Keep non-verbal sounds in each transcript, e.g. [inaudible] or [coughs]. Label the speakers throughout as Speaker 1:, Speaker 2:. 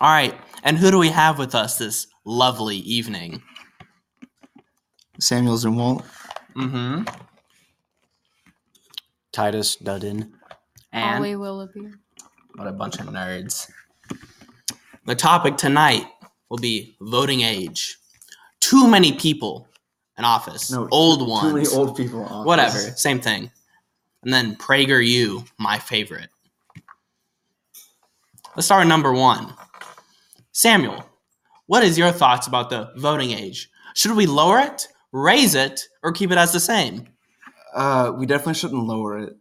Speaker 1: All right. And who do we have with us this lovely evening?
Speaker 2: Samuels and Walt.
Speaker 1: Mm-hmm.
Speaker 3: Titus Dudden.
Speaker 1: And
Speaker 4: Ollie Willoughby.
Speaker 1: what a bunch of nerds. The topic tonight will be voting age. Too many people in office. old
Speaker 2: too,
Speaker 1: ones.
Speaker 2: Too many old people. On
Speaker 1: Whatever.
Speaker 2: this.
Speaker 1: Same thing. And then Prager U, my favorite. Let's start with number one. Samuel, what is your thoughts about the voting age? Should we lower it, raise it, or keep it as the same?
Speaker 2: Uh, we definitely shouldn't lower it.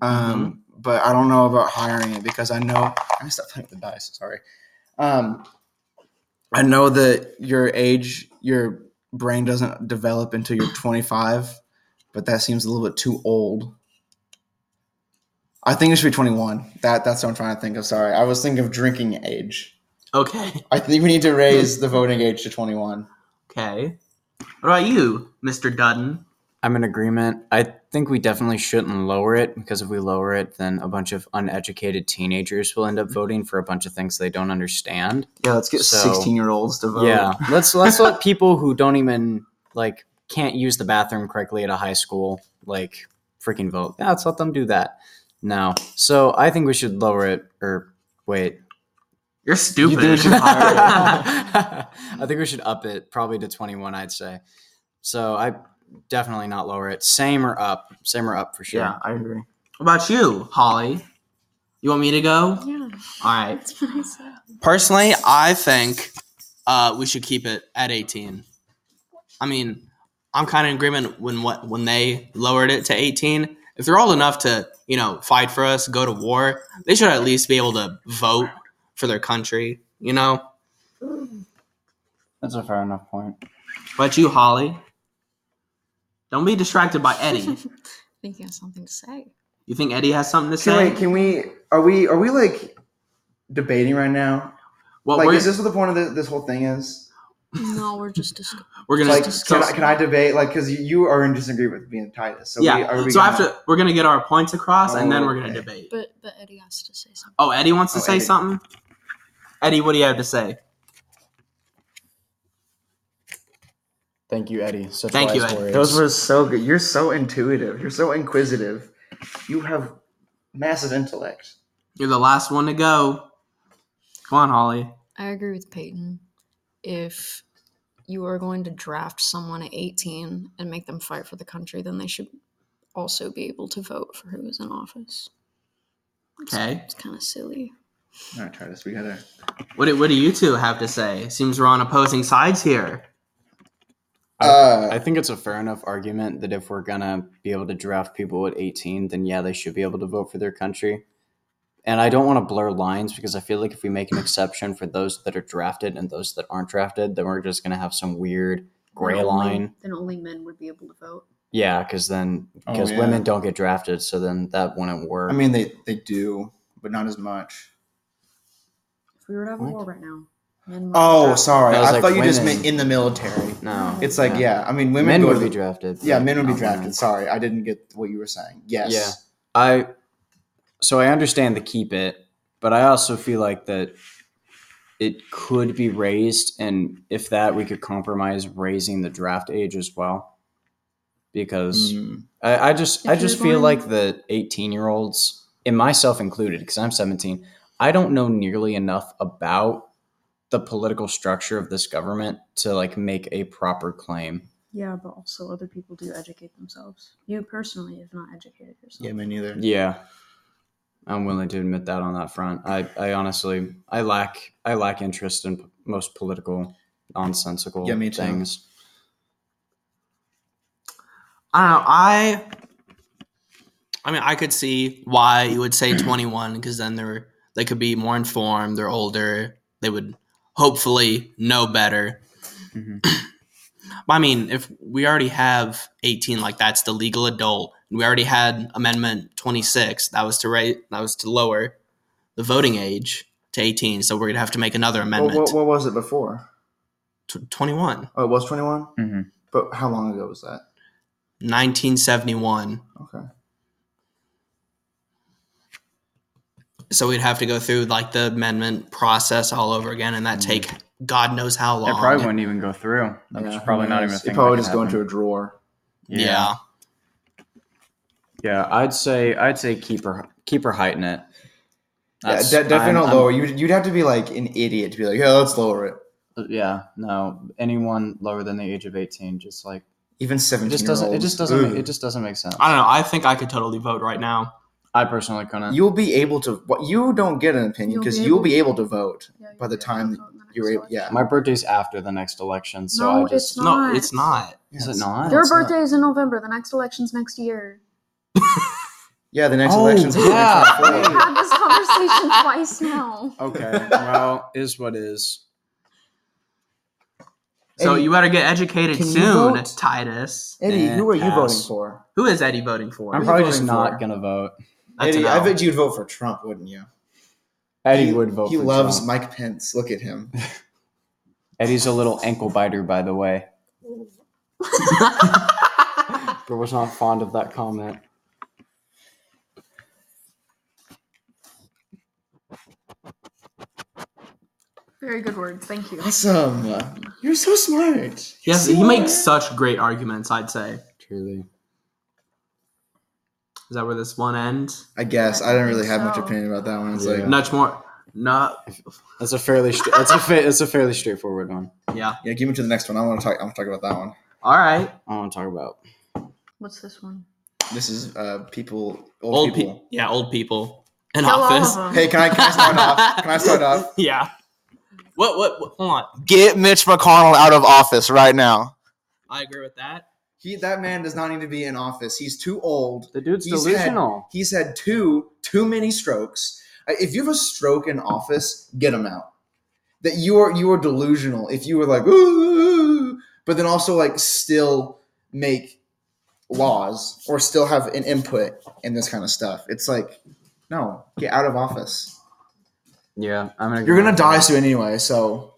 Speaker 2: Um,
Speaker 3: Mm-hmm.
Speaker 2: but I don't know about hiring it because I know I stopped playing with the dice. Sorry. Um, I know that your age, your brain doesn't develop until you're 25, but that seems a little bit too old. I think it should be 21. That that's what I'm trying to think of. Sorry, I was thinking of drinking age.
Speaker 1: Okay.
Speaker 2: I think we need to raise the voting age to 21.
Speaker 1: Okay. What about you, Mr. Dudden?
Speaker 3: I'm in agreement. I think we definitely shouldn't lower it because if we lower it, then a bunch of uneducated teenagers will end up voting for a bunch of things they don't understand.
Speaker 2: Yeah, let's get
Speaker 3: So-
Speaker 2: 16 year olds to vote. [laughs]
Speaker 3: Yeah, let's let's let people who don't even like can't use the bathroom correctly at a high school like freaking vote. Yeah, let's let them do that. No, so I think we should lower it or wait.
Speaker 1: You're stupid.
Speaker 2: You did
Speaker 1: [laughs]
Speaker 2: it.
Speaker 3: [laughs] I think we should up it probably to 21. I'd say. So I definitely not lower it. Same or up. Same or up for sure.
Speaker 2: Yeah, I agree.
Speaker 1: What about you, Holly? You want me to go?
Speaker 4: Yeah,
Speaker 1: All right.
Speaker 4: that's what I said.
Speaker 1: Personally, I think uh, we should keep it at 18. I mean, I'm kind of in agreement when what when they lowered it to 18. If they're old enough to, you know, fight for us, go to war, they should at least be able to vote for their country, you know?
Speaker 3: That's a fair enough point.
Speaker 1: But you, Holly, don't be distracted by Uh,
Speaker 4: [laughs]
Speaker 1: Eddie.
Speaker 4: think you have something to say.
Speaker 1: You think Eddie has something to
Speaker 2: Can,
Speaker 1: say?
Speaker 2: wait, can we? Are we? Are we like debating right now?
Speaker 3: Oh,
Speaker 1: Well,
Speaker 2: like,
Speaker 1: we're,
Speaker 2: is this what the point of this, this whole thing is?
Speaker 4: No, we're just discussing.
Speaker 1: we're gonna
Speaker 2: Like,
Speaker 1: so-
Speaker 2: can I, can I debate? Like, because you are in disagreement with me and Titus. So
Speaker 1: yeah.
Speaker 2: We, are we
Speaker 1: so
Speaker 2: gonna-
Speaker 1: after we're gonna get our points across, and then we're gonna
Speaker 2: Okay.
Speaker 1: debate.
Speaker 4: But but Eddie has to say something.
Speaker 1: Oh, Eddie wants to
Speaker 2: Oh,
Speaker 1: say
Speaker 2: Eddie.
Speaker 1: something. Eddie, what do you have to say?
Speaker 3: Thank you, Eddie. Such
Speaker 1: Thank wise you, Eddie. words.
Speaker 2: Those were so good. You're so intuitive. You're so inquisitive. You have massive intellect.
Speaker 1: You're the last one to go. Come on, Holly.
Speaker 4: I agree with Peyton. If you are going to draft someone at 18 and make them fight for the country, then they should also be able to vote for who is in office.
Speaker 1: Okay.
Speaker 4: It's kind of silly.
Speaker 2: All right, Titus, we gotta.
Speaker 1: What do, what do you two have to say? Seems we're on opposing sides here.
Speaker 3: I
Speaker 2: Uh,
Speaker 3: think it's a fair enough argument that if we're gonna be able to draft people at 18, then yeah, they should be able to vote for their country. And I don't want to blur lines because I feel like if we make an exception for those that are drafted and those that aren't drafted, then we're just gonna have some weird gray line.
Speaker 4: Then only men would be able to vote.
Speaker 3: Yeah, because then
Speaker 2: Oh,
Speaker 3: because
Speaker 2: yeah.
Speaker 3: women don't get drafted, so then that wouldn't work.
Speaker 2: I mean, they they do, but not as much.
Speaker 4: If we were to have
Speaker 3: a What?
Speaker 4: war right now, men
Speaker 2: Oh, sorry.
Speaker 3: That was
Speaker 2: I
Speaker 3: like
Speaker 2: thought you just
Speaker 3: women.
Speaker 2: meant in the military.
Speaker 3: no,
Speaker 2: It's like, yeah. I mean,
Speaker 3: women,
Speaker 2: women go
Speaker 3: would
Speaker 2: to
Speaker 3: be
Speaker 2: the-
Speaker 3: drafted.
Speaker 2: Yeah,
Speaker 3: but
Speaker 2: men would be
Speaker 3: not women.
Speaker 2: drafted. Sorry, I didn't get what you were saying. Yes.
Speaker 3: Yeah. I so I understand the keep it, but I also feel like that it could be raised, and if that we could compromise raising the draft age as well, because
Speaker 2: Mm.
Speaker 3: I, I just I
Speaker 4: If you're
Speaker 3: just feel
Speaker 4: going-
Speaker 3: like the eighteen year olds, and myself included, because I'm seventeen, I don't know nearly enough about the political structure of this government to like make a proper claim.
Speaker 4: Yeah, but also other people do educate themselves. You personally have not educated yourself.
Speaker 2: Yeah, me neither.
Speaker 3: Yeah. I'm willing to admit that on that front. I, I honestly I lack I lack interest in p- most political nonsensical
Speaker 2: Yeah, me too.
Speaker 3: things.
Speaker 1: I don't know. I I mean, I could see why you would say 21 because then they're they could be more informed, they're older, they would hopefully know better. Mm-hmm.
Speaker 3: Mhm.
Speaker 1: But [clears throat] I mean, if we already have 18 like that's the legal adult, and we already had amendment 26 that was to rate that was to lower the voting age to 18, so we're going to have to make another
Speaker 2: What,
Speaker 1: amendment.
Speaker 2: what, what was it before?
Speaker 1: Tw 21.
Speaker 2: Oh, it was 21?
Speaker 3: Mhm.
Speaker 2: But how long ago was that?
Speaker 1: 1971.
Speaker 2: Okay.
Speaker 1: So we'd have to go through like the amendment process all over again, and that take God knows how long.
Speaker 3: It probably wouldn't even go through. That's
Speaker 2: Yeah, who
Speaker 3: probably not even. A
Speaker 2: knows?
Speaker 3: thing
Speaker 2: It probably
Speaker 3: that
Speaker 2: just
Speaker 3: could
Speaker 2: go into
Speaker 3: happen.
Speaker 2: a drawer.
Speaker 1: Yeah.
Speaker 3: yeah. I'd say I'd say keep her keep her heighting it.
Speaker 2: Yeah,
Speaker 3: That's-
Speaker 2: de- definitely
Speaker 3: I'm-
Speaker 2: not
Speaker 3: I'm-
Speaker 2: lower. You'd, you'd have to be like an idiot to be like, yeah, let's lower it.
Speaker 3: Yeah, no. Anyone lower than the age of eighteen, just like
Speaker 2: Even
Speaker 3: it
Speaker 2: seventeen.
Speaker 3: just doesn't. It just doesn't. Make, it just doesn't make sense.
Speaker 1: I don't know. I think I could totally vote right now.
Speaker 3: I personally couldn't.
Speaker 2: You'll be able to. What you don't get an opinion
Speaker 4: You'll
Speaker 2: because
Speaker 4: be
Speaker 2: you'll
Speaker 4: able-
Speaker 2: be able to vote.
Speaker 4: Yeah, you'll
Speaker 2: By the
Speaker 4: be able to
Speaker 2: time
Speaker 4: vote in the next
Speaker 2: you're able.
Speaker 4: election.
Speaker 2: Yeah.
Speaker 3: My birthday's after the next election, so
Speaker 4: No,
Speaker 3: I just
Speaker 4: it's not.
Speaker 1: No, it's not.
Speaker 3: is it not?
Speaker 4: Your
Speaker 2: it's not.
Speaker 4: birthday is in November. The next election's next year.
Speaker 2: Yeah. The next
Speaker 3: Oh,
Speaker 2: election's
Speaker 3: yeah.
Speaker 4: We've had this
Speaker 1: [laughs]
Speaker 4: conversation twice now. [laughs]
Speaker 3: okay. Well, is what is.
Speaker 1: So
Speaker 2: Eddie-
Speaker 1: you better get educated
Speaker 2: Can you
Speaker 1: soon,
Speaker 2: vote?
Speaker 1: Titus.
Speaker 2: Eddie,
Speaker 3: Eh,
Speaker 2: who are you voting
Speaker 3: pass.
Speaker 2: for?
Speaker 1: Who is Eddie voting for?
Speaker 3: I'm
Speaker 2: you
Speaker 3: probably just
Speaker 2: voting
Speaker 3: not
Speaker 2: for?
Speaker 3: gonna vote.
Speaker 1: That's a
Speaker 2: Eddie, I
Speaker 1: no.
Speaker 2: bet you'd vote for Trump, wouldn't you?
Speaker 3: Eddie
Speaker 2: He-
Speaker 3: would vote.
Speaker 2: He
Speaker 3: for
Speaker 2: loves
Speaker 3: Trump.
Speaker 2: Mike Pence. Look at him.
Speaker 3: Eddie's a little ankle biter, by the
Speaker 4: [laughs]
Speaker 3: way. But was not fond of that comment.
Speaker 4: Very good words. Thank you.
Speaker 2: Awesome. um, You're so smart.
Speaker 1: Yes, he makes such great arguments. I'd say.
Speaker 3: Truly.
Speaker 1: Is that where this one ends?
Speaker 2: I guess I don't really have much
Speaker 4: So-
Speaker 2: opinion about that one. It's
Speaker 3: Yeah.
Speaker 2: like,
Speaker 1: Much more. No.
Speaker 3: That's a fairly stra- that's a fa- that's a fairly straightforward one.
Speaker 1: Yeah.
Speaker 2: yeah, give me to the next one. I want to talk. I want to talk about that one.
Speaker 1: All right.
Speaker 3: I want to talk about.
Speaker 4: What's this one?
Speaker 2: This is uh, people, old,
Speaker 1: Old
Speaker 2: people.
Speaker 1: people. yeah, old people in
Speaker 4: Tell all
Speaker 1: [laughs]
Speaker 4: of
Speaker 1: office.
Speaker 4: them.
Speaker 2: Hey, can I, can I start off? Can I start off?
Speaker 1: [laughs] Yeah. What, what? What? Hold on.
Speaker 2: [laughs] Get Mitch McConnell out of office right now.
Speaker 1: I agree with that.
Speaker 2: He that man does not need to be in office. He's too old.
Speaker 3: The dude's
Speaker 2: He's
Speaker 3: delusional.
Speaker 2: He's had two too many strokes. Uh, If you have a stroke in office, get him out. That you are you are delusional. If you were like, ooh, but then also like still make laws or still have an input in this kind of stuff. It's like, no, get out of office.
Speaker 3: Yeah, I'm gonna.
Speaker 2: You're gonna die soon anyway, so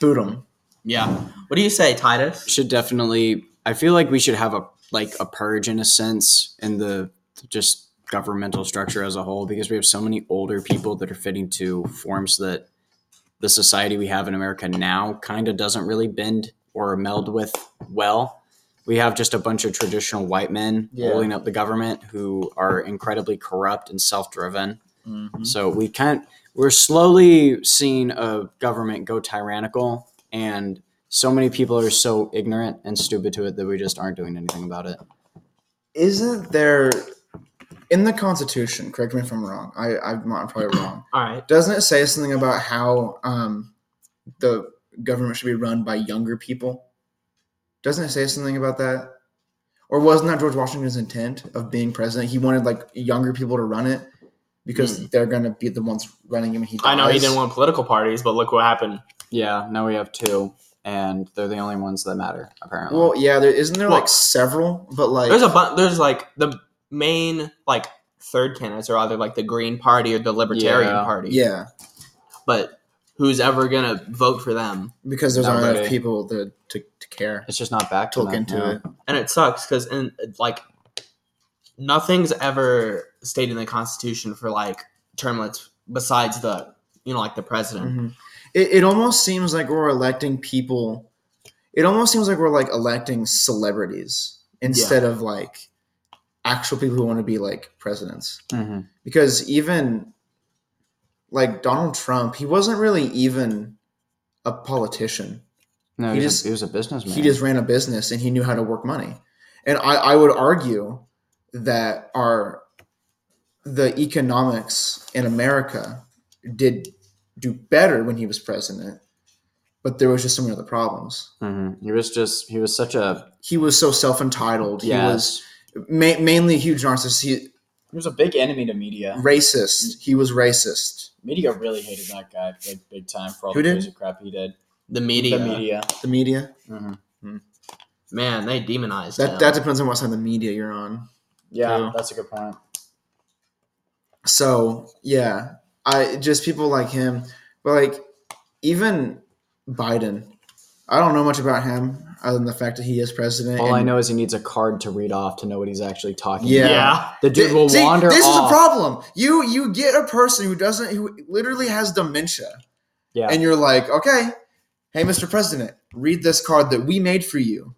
Speaker 2: boot him.
Speaker 1: Yeah. What do you say, Titus?
Speaker 3: Should definitely. I feel like we should have a like a purge in a sense in the just governmental structure as a whole because we have so many older people that are fitting to forms that the society we have in America now kind of doesn't really bend or meld with well. We have just a bunch of traditional white men
Speaker 2: Yeah.
Speaker 3: holding up the government who are incredibly corrupt and self-driven. So we can't. We're slowly seeing a government go tyrannical, and so many people are so ignorant and stupid to it that we just aren't doing anything about it.
Speaker 2: Isn't there in the Constitution? Correct me if I'm wrong. I, I'm not- probably wrong.
Speaker 1: All right.
Speaker 2: doesn't it say something about how um, the government should be run by younger people? Doesn't it say something about that? Or wasn't that George Washington's intent of being president? He wanted like younger people to run it because they're gonna be the ones running him. And he
Speaker 1: Hmm. I know he
Speaker 2: dies.
Speaker 1: didn't want political parties, but look what happened.
Speaker 3: Yeah, now we have two, and they're the only ones that matter apparently.
Speaker 2: Well, yeah, there isn't there
Speaker 1: Well-
Speaker 2: like several, but like
Speaker 1: There's a bu- there's like the main like third candidates are either like the Green Party or the Libertarian
Speaker 3: Yeah.
Speaker 1: Party.
Speaker 2: yeah,
Speaker 1: But who's ever gonna vote for them?
Speaker 2: because there's not enough
Speaker 3: Nobody.
Speaker 2: people to to, to care.
Speaker 3: it's just not back to
Speaker 2: Look into it.
Speaker 1: And it sucks because and like nothing's ever stated in the Constitution for like term limits besides the you know like the president.
Speaker 2: Mhm. It, it almost seems like we're electing people. It almost seems like we're like electing celebrities instead of like actual people who want to be like presidents.
Speaker 3: hmm
Speaker 2: Because even like Donald Trump, he wasn't really even a politician.
Speaker 3: No,
Speaker 2: He
Speaker 3: he,
Speaker 2: just-
Speaker 3: was a, he was a businessman.
Speaker 2: He just ran a business and he knew how to work money. And I, I would argue that our the economics in America did do better when he was president, but there was just so many other problems.
Speaker 3: Mhm. He was just. He was such a.
Speaker 2: He was so self entitled. He
Speaker 3: Yes.
Speaker 2: was ma- mainly a huge narcissist, he,
Speaker 3: He was a big enemy to media.
Speaker 2: racist. He was racist.
Speaker 3: Media really hated that guy, big, big time for all
Speaker 2: Who
Speaker 3: the
Speaker 2: did?
Speaker 3: crazy crap he did.
Speaker 1: The media,
Speaker 3: The media.
Speaker 2: Mm-hmm. The media.
Speaker 3: hmm
Speaker 1: man, they demonized
Speaker 2: That
Speaker 1: him.
Speaker 2: that depends on what side of the media you're on.
Speaker 3: Yeah,
Speaker 1: Yeah.
Speaker 3: that's a good point.
Speaker 2: So yeah, I just people like him, but like even Biden, I don't know much about him other than the fact that he is president.
Speaker 3: All
Speaker 2: and-
Speaker 3: I know is he needs a card to read off to know what he's actually talking
Speaker 2: Yeah.
Speaker 3: about. The dude will
Speaker 2: See,
Speaker 3: wander
Speaker 2: This is
Speaker 3: off.
Speaker 2: a problem. You you get a person who doesn't who literally has dementia,
Speaker 3: Yeah.
Speaker 2: and you're like, okay, hey, Mr. President, read this card that we made for you.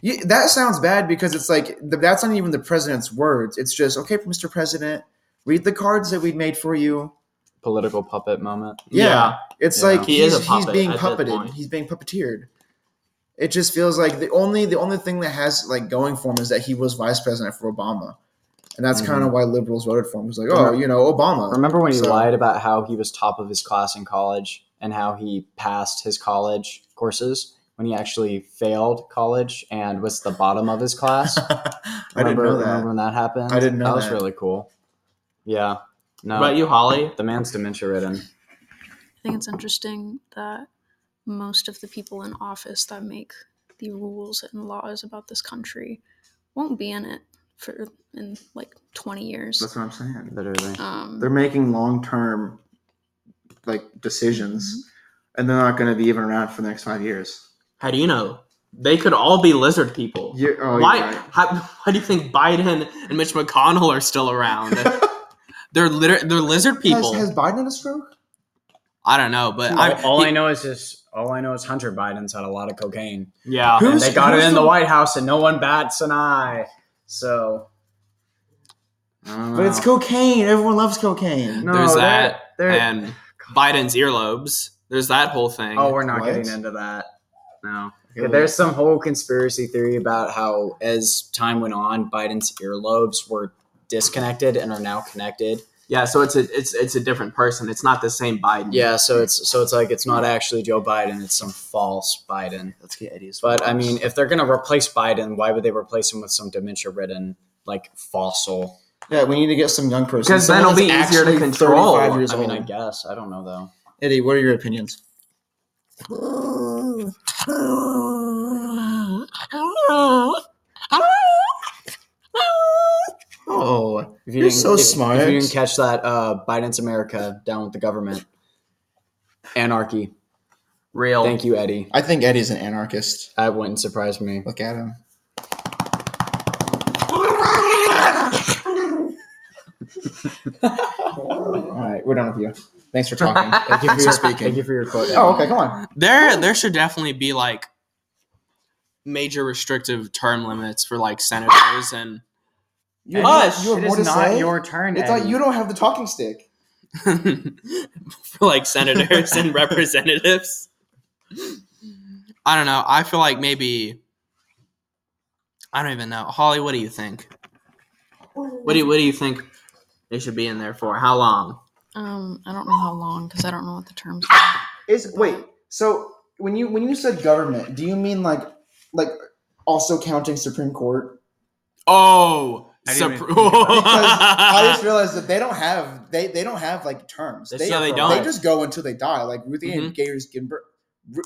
Speaker 2: you that sounds bad because it's like th- that's not even the president's words. It's just okay, Mr. President, read the cards that we made for you.
Speaker 3: Political puppet moment.
Speaker 2: Yeah,
Speaker 1: Yeah.
Speaker 2: it's
Speaker 3: Yeah.
Speaker 2: like
Speaker 1: He
Speaker 2: he's,
Speaker 1: is a
Speaker 2: he's
Speaker 1: puppet
Speaker 2: being
Speaker 1: at that
Speaker 2: puppeted.
Speaker 1: point.
Speaker 2: He's being puppeteered. It just feels like the only the only thing that has like going for him is that he was vice president for Obama, and that's kind of why liberals voted for him. It's like, oh,
Speaker 3: Remember-
Speaker 2: you know, Obama. [laughs]
Speaker 3: Remember when he
Speaker 2: So-
Speaker 3: lied about how he was top of his class in college and how he passed his college courses when he actually failed college and was the bottom of his
Speaker 2: [laughs]
Speaker 3: class?
Speaker 2: I didn't
Speaker 3: Remember,
Speaker 2: know
Speaker 3: remember
Speaker 2: that.
Speaker 3: when that happened?
Speaker 2: I didn't know
Speaker 3: That was
Speaker 2: that.
Speaker 3: really cool. Yeah. No.
Speaker 1: What about you, Holly?
Speaker 3: The man's dementia ridden.
Speaker 4: I think it's interesting that most of the people in office that make the rules and laws about this country won't be in it for in like 20 years.
Speaker 2: That's what I'm saying.
Speaker 3: Literally.
Speaker 4: Um,
Speaker 2: They're making long term like decisions, and they're not going to be even around for the next five years.
Speaker 1: How do you know? They could all be lizard people.
Speaker 2: You, oh,
Speaker 1: why?
Speaker 2: you're right.
Speaker 1: How, why do you think Biden and Mitch McConnell are still around?
Speaker 2: [laughs]
Speaker 1: they're liter- they're lizard [laughs] people.
Speaker 2: Has, has Biden had a stroke?
Speaker 1: I don't know, but
Speaker 3: All,
Speaker 1: I,
Speaker 3: all
Speaker 1: he-
Speaker 3: I know is this. All I know is Hunter Biden's had a lot of cocaine.
Speaker 1: yeah,
Speaker 2: Who-
Speaker 3: And
Speaker 2: Who's-
Speaker 3: they got it
Speaker 2: who's
Speaker 3: in
Speaker 2: the-
Speaker 3: the White House, and no one bats an eye. So,
Speaker 2: But it's cocaine. Everyone loves cocaine.
Speaker 3: No,
Speaker 1: There's
Speaker 3: they're-
Speaker 1: that,
Speaker 3: they're-
Speaker 1: and Biden's earlobes. There's that whole thing.
Speaker 3: oh, we're not
Speaker 2: What?
Speaker 3: getting into that. No, there's some whole conspiracy theory about how as time went on, Biden's earlobes were disconnected and are now connected.
Speaker 1: yeah, so it's a it's it's a different person. It's not the same Biden.
Speaker 3: Yeah, so it's so it's like it's not actually Joe Biden; it's some false Biden.
Speaker 2: Let's get Eddie's.
Speaker 3: But I mean, if they're gonna replace Biden, why would they replace him with some dementia-ridden like fossil?
Speaker 2: yeah, we need to get some young person.
Speaker 1: 'Cause then
Speaker 2: Someone
Speaker 1: it'll be
Speaker 2: that's
Speaker 1: easier to
Speaker 2: actually
Speaker 1: control.
Speaker 2: 35 years
Speaker 3: I mean, I
Speaker 2: old.
Speaker 3: guess I don't know though.
Speaker 2: Eddie, what are your opinions? Oh,
Speaker 3: If
Speaker 2: you You're didn't- so if- if smart.
Speaker 3: If
Speaker 2: you
Speaker 3: you
Speaker 2: didn't
Speaker 3: didn't catch that, uh, Biden's America down with the government, anarchy.
Speaker 1: real.
Speaker 3: Thank you, Eddie.
Speaker 2: I think Eddie's an anarchist.
Speaker 3: That wouldn't surprise me.
Speaker 2: Look at him. All right, we're done with you. Thanks for
Speaker 3: [laughs]
Speaker 2: talking.
Speaker 3: Thank you for your,
Speaker 2: speaking.
Speaker 3: Thank you for your quote.
Speaker 2: oh, okay, come on.
Speaker 1: There there should definitely be like major restrictive term limits for like [laughs] senators and
Speaker 2: You
Speaker 1: Hush!
Speaker 2: you have more to say?
Speaker 3: turn.
Speaker 2: It's like you don't have the talking stick.
Speaker 1: for like senators and [laughs] representatives. I don't know. I feel like maybe I don't even know. Holly, what do you think? What do you, what do you think they should be in there for? How long?
Speaker 4: um, I don't know how long because I don't know what the terms are.
Speaker 2: Is wait. So when you when you said government, do you mean like like also counting Supreme Court?
Speaker 1: Oh,
Speaker 5: I didn't even
Speaker 1: Supr-
Speaker 5: think about
Speaker 2: [laughs] Because I
Speaker 1: [laughs]
Speaker 2: just realized that they don't have they they don't have like terms.
Speaker 1: That's- no, they don't.
Speaker 2: They just go until they die. Like Ruth Ann
Speaker 1: Mhm.
Speaker 2: Gator's Gimber. Ru-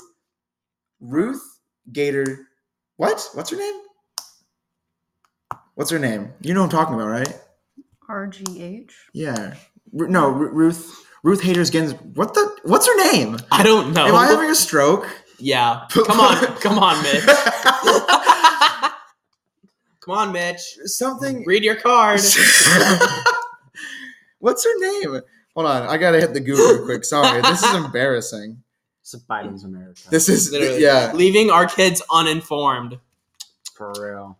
Speaker 2: Ruth Gator. What? What's her name? What's her name? You know what I'm talking about, right?
Speaker 4: RGH?
Speaker 2: Yeah. Ru- no, Ru- Ruth. Ruth Haters Gins. What the? What's her name?
Speaker 1: I don't know.
Speaker 2: Am I having
Speaker 1: [laughs]
Speaker 2: a stroke? [laughs]
Speaker 1: yeah. Come on. Come on, Mitch. Come on, Mitch.
Speaker 2: Something.
Speaker 1: Read your card.
Speaker 2: [laughs] What's her name? Hold on, I gotta hit the Google real quick. Sorry,
Speaker 1: [laughs]
Speaker 2: this is embarrassing.
Speaker 3: It's Biden's America.
Speaker 2: This is
Speaker 1: Literally.
Speaker 2: yeah.
Speaker 1: Leaving our kids uninformed.
Speaker 3: for real.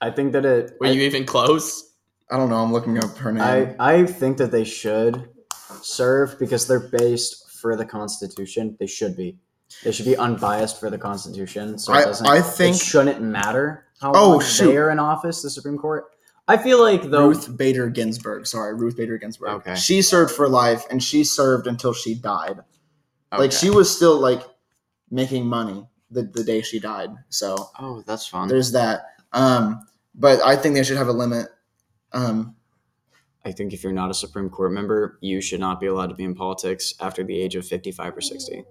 Speaker 3: I think that it.
Speaker 1: Were you even close?
Speaker 2: I don't know. I'm looking up her name.
Speaker 3: I, I think that they should serve because they're based for the Constitution. They should be. They should be unbiased for the Constitution. So
Speaker 2: I-
Speaker 3: it doesn't.
Speaker 2: I think-
Speaker 3: it shouldn't matter how
Speaker 2: Oh,
Speaker 3: long
Speaker 2: shoot.
Speaker 3: they are in office. The Supreme Court. I feel like though.
Speaker 2: Ruth Bader Ginsburg. Sorry, Ruth Bader Ginsburg.
Speaker 3: Okay.
Speaker 2: She served for life, and she served until she died. Like
Speaker 3: Okay.
Speaker 2: she was still like making money the, the day she died. So
Speaker 3: Oh, that's fun.
Speaker 2: there's that. Um, but I think they should have a limit. Um,
Speaker 3: I think if you're not a Supreme Court member, you should not be allowed to be in politics after the age of 55 or 60.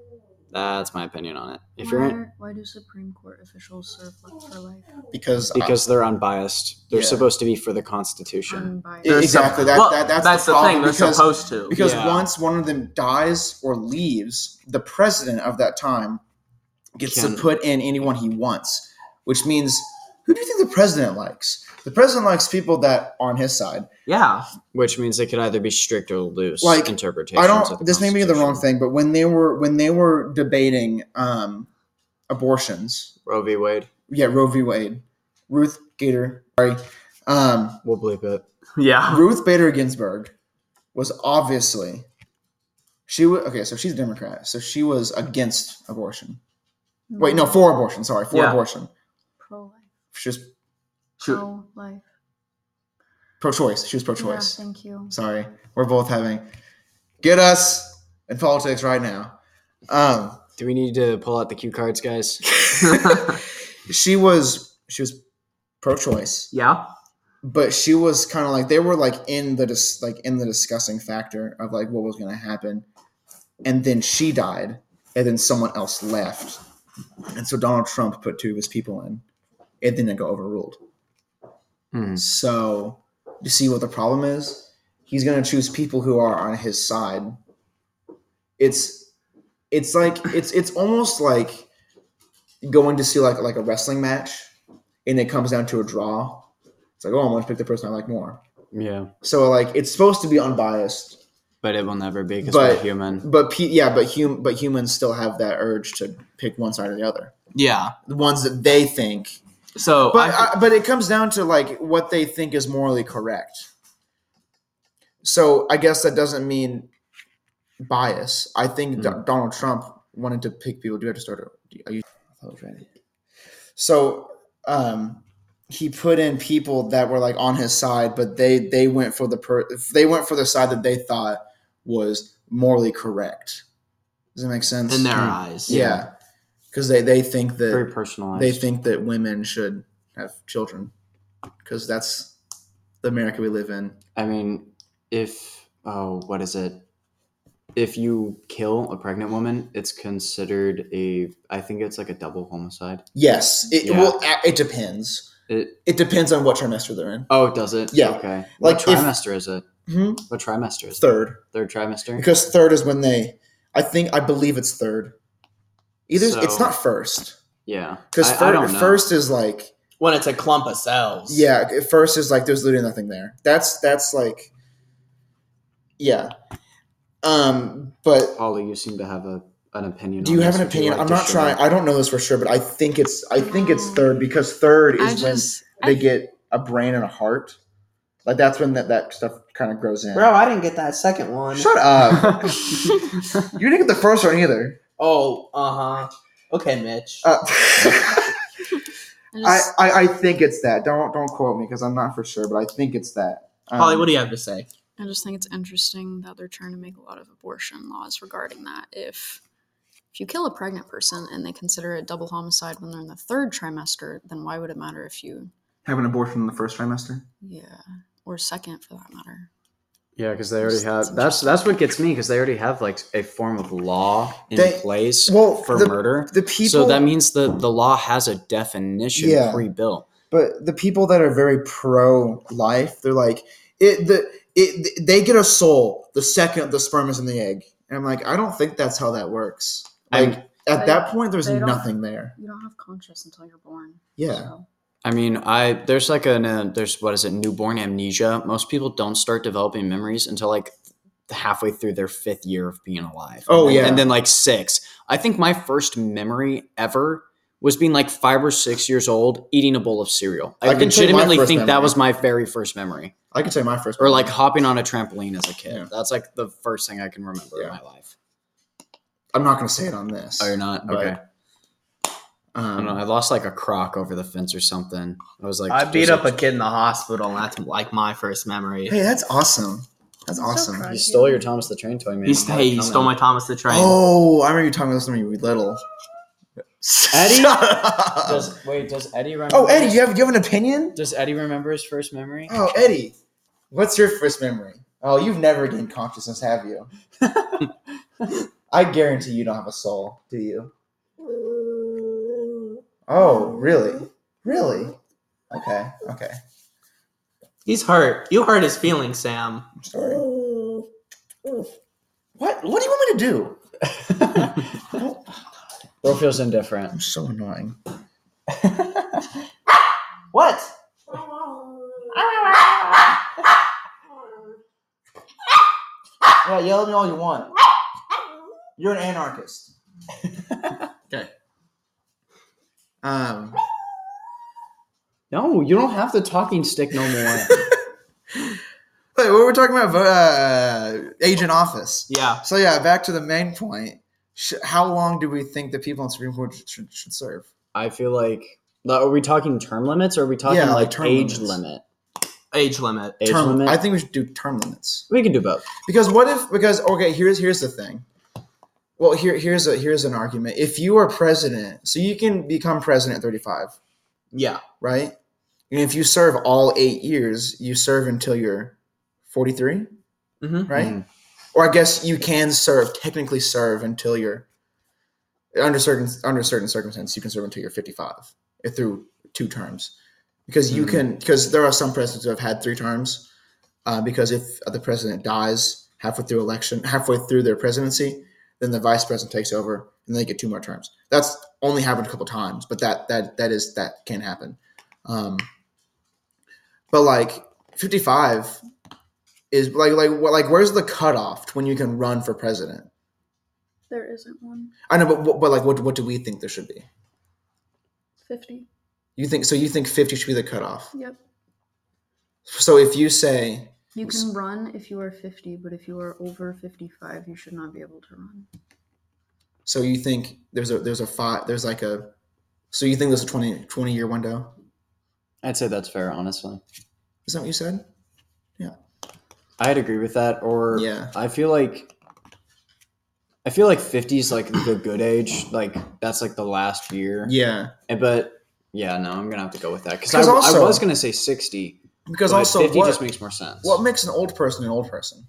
Speaker 3: That's my opinion on it. If
Speaker 4: why,
Speaker 3: you're in,
Speaker 4: why do Supreme Court officials serve life for life?
Speaker 2: because
Speaker 3: because they're unbiased, they're
Speaker 2: Yeah.
Speaker 3: supposed to be for the Constitution.
Speaker 4: Unbiased.
Speaker 2: Yeah, exactly. That- that- that's the problem,
Speaker 1: thing. They're
Speaker 2: because-
Speaker 1: supposed to.
Speaker 2: because
Speaker 3: Yeah.
Speaker 2: once one of them dies or leaves, the president of that time gets
Speaker 1: Can-
Speaker 2: to put in anyone he wants, which means who do you think the president likes? The president likes people that are on his side.
Speaker 1: yeah.
Speaker 3: Which means they could either be strict or loose
Speaker 2: Like,
Speaker 3: interpretations.
Speaker 2: I
Speaker 3: of the
Speaker 2: don't. This may be the wrong
Speaker 3: Constitution.
Speaker 2: thing, but when they were when they were debating um, abortions,
Speaker 3: Roe v. Wade.
Speaker 2: yeah, Roe v. Wade, Ruth Gator, sorry, um,
Speaker 3: We'll bleep it.
Speaker 1: Yeah.
Speaker 2: Ruth Bader Ginsburg was obviously she was okay. So she's a Democrat, so she was against abortion. Wait, no, for abortion. Sorry, for
Speaker 1: Yeah.
Speaker 2: abortion.
Speaker 4: Pro life.
Speaker 2: She was
Speaker 1: Shoot.
Speaker 4: Pro life.
Speaker 2: pro-choice. She was pro-choice.
Speaker 4: Yeah, thank you.
Speaker 2: Sorry, we're both having get us in politics right now. Um,
Speaker 3: Do we need to pull out the cue cards, guys?
Speaker 2: Oh. she was she was pro-choice,
Speaker 1: [laughs] yeah.
Speaker 2: but she was kind of like they were like in the dis, like in the discussing factor of like what was going to happen, and then she died, and then someone else left, and so Donald Trump put two of his people in, and then it got overruled.
Speaker 3: Hmm.
Speaker 2: So you see what the problem is? He's gonna choose people who are on his side. It's it's like it's it's almost like going to see like like a wrestling match and it comes down to a draw. It's like, oh I'm gonna pick the person I like more.
Speaker 3: Yeah,
Speaker 2: So like it's supposed to be unbiased,
Speaker 3: but it will never be because
Speaker 2: But-
Speaker 3: we're human.
Speaker 2: but pe- yeah, but hum- but humans still have that urge to pick one side or the other.
Speaker 1: Yeah.
Speaker 2: The ones that they think
Speaker 1: So
Speaker 2: but
Speaker 1: I-
Speaker 2: I, but it comes down to like what they think is morally correct. So I guess that doesn't mean bias. I think Do- Donald Trump wanted to pick people. Do you have to start? a- Are you? I thought it was ready. So um, he put in people that were like on his side, but they they went for the per, they went for the side that they thought was morally correct. Does that make sense?
Speaker 1: in their eyes.
Speaker 2: yeah, because they they think that
Speaker 3: Very personalized.
Speaker 2: they think that women should have children because that's the America we live in.
Speaker 3: I mean, if oh, what is it? If you kill a pregnant woman, it's considered a. I think it's like a double homicide.
Speaker 2: Yes, it
Speaker 3: Yeah.
Speaker 2: well, a- it depends.
Speaker 3: It
Speaker 2: It depends on what trimester they're in.
Speaker 3: oh, does it?
Speaker 2: Yeah.
Speaker 3: Okay.
Speaker 2: Like,
Speaker 3: What
Speaker 2: if-
Speaker 3: trimester is it?
Speaker 2: Hmm?
Speaker 3: What trimester is it?
Speaker 2: Third,
Speaker 3: Third trimester.
Speaker 2: because third is when they. I think I believe it's third. Either it's
Speaker 3: So-
Speaker 2: not first
Speaker 3: Yeah.
Speaker 2: because
Speaker 3: I- I don't know.
Speaker 2: first is like
Speaker 1: When it's a clump of cells.
Speaker 2: yeah it- first is like there's literally nothing there. That's that's like yeah. Um, but
Speaker 3: Holly, you seem to have a an opinion.
Speaker 2: do
Speaker 3: on
Speaker 2: you have
Speaker 3: this.
Speaker 2: an
Speaker 3: Would you
Speaker 2: opinion?
Speaker 3: like
Speaker 2: I'm
Speaker 3: to
Speaker 2: not
Speaker 3: share
Speaker 2: trying.
Speaker 3: it?
Speaker 2: I don't know this for sure, but I think it's I think it's third because third is
Speaker 4: Mm. I
Speaker 2: when
Speaker 4: just
Speaker 2: they
Speaker 4: I-
Speaker 2: get a brain and a heart. Like that's when that, that stuff kind of grows in.
Speaker 1: I didn't get that second one.
Speaker 2: shut
Speaker 3: [laughs]
Speaker 2: up! you didn't get the first one either.
Speaker 1: oh, uh huh. Okay, Mitch.
Speaker 2: Uh, [laughs]
Speaker 4: I
Speaker 2: I,
Speaker 4: just-
Speaker 2: I I think it's that. Don't don't quote me because I'm not for sure, but I think it's that. Um,
Speaker 1: Holly, what do you have to say?
Speaker 4: I just think it's interesting that they're trying to make a lot of abortion laws regarding that. If if you kill a pregnant person and they consider it double homicide when they're in the third trimester, then why would it matter if you
Speaker 2: Um, have an abortion in the first trimester?
Speaker 4: yeah or second for that matter?
Speaker 3: Yeah, because they already
Speaker 4: That's- that's
Speaker 3: have. That's that's what gets me because they already have like a form of law in
Speaker 2: They-
Speaker 3: place
Speaker 2: well,
Speaker 3: for
Speaker 2: the-
Speaker 3: murder.
Speaker 2: The people,
Speaker 3: so that means the the law has a definition
Speaker 2: Yeah.
Speaker 3: pre-built.
Speaker 2: but the people that are very pro life, they're like it. The it they get a soul the second the sperm is in the egg, and I'm like, I don't think that's how that works.
Speaker 3: I'm-
Speaker 2: Like at
Speaker 4: They-
Speaker 2: that point, there's
Speaker 4: they don't-
Speaker 2: nothing there.
Speaker 4: You don't have conscience until you're born.
Speaker 2: Yeah.
Speaker 3: I mean, I there's like an uh, there's what is it newborn amnesia. Most people don't start developing memories until like halfway through their fifth year of being alive.
Speaker 2: Oh,
Speaker 3: And then-
Speaker 2: yeah.
Speaker 3: and then like six. I think my first memory ever was being like five or six years old eating a bowl of cereal. I,
Speaker 2: I can tell you my
Speaker 3: legitimately
Speaker 2: first
Speaker 3: think that
Speaker 2: memory.
Speaker 3: was my very first memory,
Speaker 2: I could say my first.
Speaker 3: or
Speaker 2: one.
Speaker 3: like hopping on a trampoline as a kid.
Speaker 2: Yeah.
Speaker 3: That's like the first thing I can remember in
Speaker 2: Yeah.
Speaker 3: my life.
Speaker 2: I'm not going to say it on this.
Speaker 3: Oh, you're not
Speaker 2: Right.
Speaker 3: okay. I don't know. I
Speaker 2: Um,
Speaker 3: lost like a croc over the fence or something. I was like,
Speaker 1: I beat
Speaker 3: just,
Speaker 1: up a
Speaker 3: like,
Speaker 1: kid in the hospital, and that's like my first memory.
Speaker 2: hey, that's awesome. That's
Speaker 4: I'm so
Speaker 2: awesome.
Speaker 4: proud.
Speaker 3: You stole your Thomas the Train toy, man.
Speaker 1: He, st- hey, he
Speaker 3: Come
Speaker 1: stole
Speaker 3: on.
Speaker 1: my Thomas the Train.
Speaker 2: Oh, I remember you talking about this when you were little.
Speaker 3: Eddie?
Speaker 2: [laughs] Shut up.
Speaker 3: Does, wait, does Eddie remember?
Speaker 2: oh, Eddie, you have you have an opinion?
Speaker 3: Does Eddie remember his first memory?
Speaker 2: Oh, Eddie, what's your first memory? Oh, you've never gained consciousness, have you? I guarantee you don't have a soul, do you? Oh, really? Really? Okay, okay.
Speaker 1: He's hurt. You hurt his feelings, Sam.
Speaker 2: I'm sorry. What? What do you want me to do?
Speaker 3: Bro feels indifferent.
Speaker 2: I'm so annoying. what? Yeah, yell at me all you want. You're an anarchist. okay. Um.
Speaker 3: No, you don't have the talking stick no more. [laughs]
Speaker 2: Wait, what were we talking about? Uh, agent office.
Speaker 1: Yeah.
Speaker 2: So yeah, back to the main point. Sh- how long do we think the people in Supreme Court should, should serve?
Speaker 3: I feel like. Are we talking term limits or are we talking
Speaker 2: Yeah, like
Speaker 3: like
Speaker 2: term
Speaker 3: age
Speaker 2: limits.
Speaker 3: limit?
Speaker 1: Age limit.
Speaker 3: Age
Speaker 2: term.
Speaker 3: limit?
Speaker 2: I think we should do term limits
Speaker 3: we can do both.
Speaker 2: because what if? Because okay, here's here's the thing. Well, here here's a here's an argument. If you are president, so you can become president at 35,
Speaker 1: Yeah.
Speaker 2: right? And if you serve all eight years, you serve until you're 43,
Speaker 1: Mhm.
Speaker 2: right?
Speaker 3: Mhm.
Speaker 2: Or I guess you can serve technically serve until you're under certain under certain circumstances you can serve until you're 55 if through two terms because you
Speaker 3: Mhm.
Speaker 2: can because there are some presidents who have had three terms uh, because if the president dies halfway through election halfway through their presidency then the vice president takes over and they get two more terms that's only happened a couple times but that that that is that can happen um, but like 55 is like like what like where's the cutoff to when you can run for president
Speaker 4: There isn't one.
Speaker 2: i know but what- but like what what do we think there should be
Speaker 4: 50.
Speaker 2: you think so you think 50 should be the cutoff
Speaker 4: Yep.
Speaker 2: so if you say
Speaker 5: You
Speaker 2: S-
Speaker 5: can run if you are 50, but if you are over 55, you should not be able to run.
Speaker 2: so you think there's a there's a five there's like a so you think there's a 20 20 year window
Speaker 3: I'd say that's fair, honestly.
Speaker 2: is that what you said
Speaker 3: I'd agree with that. Or
Speaker 2: Yeah.
Speaker 3: I feel like I feel like fifty is like the good age. Like that's like the last year.
Speaker 2: yeah
Speaker 3: And- But yeah, no, I'm gonna have to go with that because I,
Speaker 2: 'Cause
Speaker 3: I
Speaker 2: also-
Speaker 3: was gonna say sixty.
Speaker 2: because
Speaker 3: but
Speaker 2: also
Speaker 3: fifty
Speaker 2: what,
Speaker 3: just makes more sense.
Speaker 2: what makes an old person an old person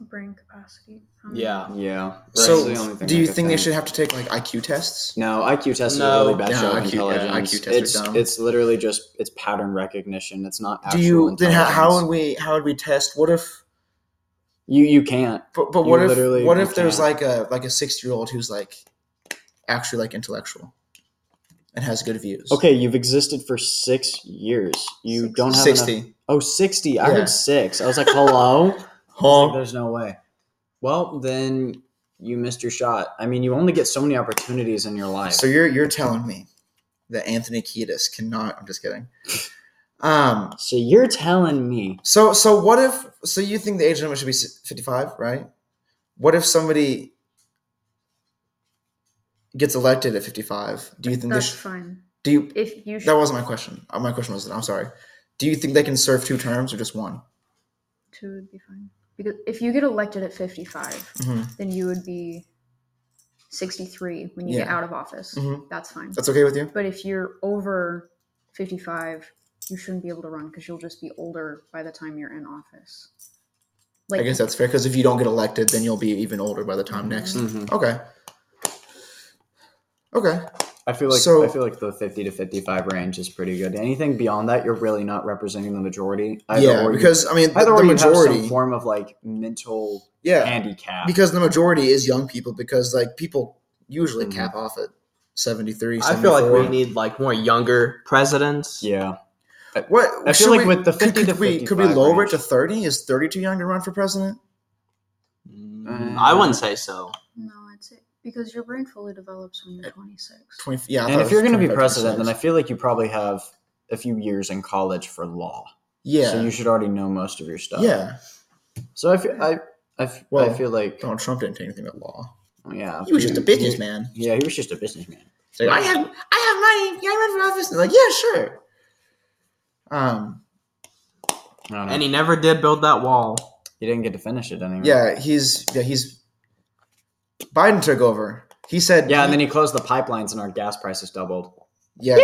Speaker 4: Brain capacity.
Speaker 5: Um,
Speaker 4: How many-
Speaker 1: Yeah.
Speaker 3: yeah.
Speaker 2: so
Speaker 3: that's the only thing
Speaker 2: do
Speaker 3: I
Speaker 2: you
Speaker 3: could
Speaker 2: think they should have to take like iq tests
Speaker 3: No, IQ tests
Speaker 1: No.
Speaker 3: are really bad
Speaker 2: No,
Speaker 3: show of
Speaker 2: IQ yeah,
Speaker 3: intelligence.
Speaker 2: IQ tests are
Speaker 3: it's
Speaker 2: dumb.
Speaker 3: it's literally just it's pattern recognition. It's not. Actual
Speaker 2: do you then how, how would
Speaker 3: intelligence.
Speaker 2: we how would we test what if
Speaker 3: you you can't?
Speaker 2: But but
Speaker 3: You
Speaker 2: what if
Speaker 3: literally-
Speaker 2: what
Speaker 3: you
Speaker 2: if there's
Speaker 3: can't.
Speaker 2: like a like a six year old who's like actually like intellectual and has good views?
Speaker 3: Okay, you've existed for six years. You
Speaker 4: Six-
Speaker 3: don't have enough
Speaker 2: sixty.
Speaker 3: Oh, 60. I
Speaker 2: Yeah.
Speaker 3: heard six. I was like,
Speaker 2: [laughs]
Speaker 3: hello?
Speaker 2: Huh?
Speaker 3: There's no way. Well, then you missed your shot. I mean, you only get so many opportunities in your life.
Speaker 2: So you're you're telling me that Anthony Kiedis cannot? I'm just kidding. Um.
Speaker 3: So you're telling me
Speaker 2: So so what if so you think the age limit should be fifty five, right? What if somebody gets elected at fifty five? Do you think they
Speaker 5: That's
Speaker 2: should,
Speaker 5: fine.
Speaker 2: do you?
Speaker 5: If you should,
Speaker 2: That wasn't my question. Uh, My question was I'm sorry. Do you think they can serve two terms or just one?
Speaker 5: two would be fine. Because if you get elected at 55,
Speaker 3: Mm-hmm.
Speaker 2: Mhm.
Speaker 5: then you would be 63 when you get
Speaker 2: Yeah.
Speaker 5: out of office.
Speaker 2: Mhm.
Speaker 5: That's fine.
Speaker 2: That's okay with you?
Speaker 5: But if you're over 55, you shouldn't be able to run because you'll just be older by the time you're in office. Like,
Speaker 2: I guess that's fair because if you don't get elected, then you'll be even older by the time next. Okay. Okay.
Speaker 3: I feel like
Speaker 2: So-
Speaker 3: I feel like the 50 to 55 range is pretty good. Anything beyond that, you're really not representing the majority.
Speaker 2: yeah,
Speaker 3: or you-
Speaker 2: because I mean, the,
Speaker 3: either
Speaker 2: the
Speaker 3: or you have some
Speaker 2: majority.
Speaker 3: form of like mental
Speaker 2: Yeah,
Speaker 3: handicap.
Speaker 2: because the majority is young people because like people usually
Speaker 3: Mhm.
Speaker 2: cap off at 73,
Speaker 1: I feel like we
Speaker 2: 74.
Speaker 1: need like more younger presidents.
Speaker 3: yeah.
Speaker 2: What
Speaker 3: I feel
Speaker 2: should
Speaker 3: like
Speaker 2: we-
Speaker 3: with the
Speaker 2: could-
Speaker 3: 50
Speaker 2: could,
Speaker 3: to
Speaker 2: we could we
Speaker 3: 55
Speaker 2: lower
Speaker 3: range.
Speaker 2: it to thirty? Is thirty too young to run for president?
Speaker 1: Mm, I wouldn't say so.
Speaker 2: Uh-huh.
Speaker 4: No, I'd say because your brain fully develops when you're 26.
Speaker 2: Twenty. Yeah. I thought it
Speaker 3: and if
Speaker 2: was
Speaker 3: you're going to be
Speaker 2: 25,
Speaker 3: president, then I
Speaker 2: 26.
Speaker 3: feel like you probably have a few years in college for law.
Speaker 2: yeah,
Speaker 3: So you should already know most of your stuff.
Speaker 2: yeah.
Speaker 3: So I feel I I, f- I
Speaker 2: Well,
Speaker 3: feel like
Speaker 2: Donald Trump didn't take anything about law.
Speaker 3: yeah
Speaker 2: He was just a
Speaker 3: he-
Speaker 2: businessman.
Speaker 3: Yeah, he was just a businessman.
Speaker 2: It's like, I have I have money. Can I run for office? And like, yeah, sure. Um.
Speaker 3: I don't know.
Speaker 1: And he never did build that wall.
Speaker 3: he didn't get to finish it anyway.
Speaker 2: Yeah, he's yeah he's. Biden took over. He said
Speaker 3: Yeah, and then he closed the pipelines, and our gas prices doubled.
Speaker 2: yeah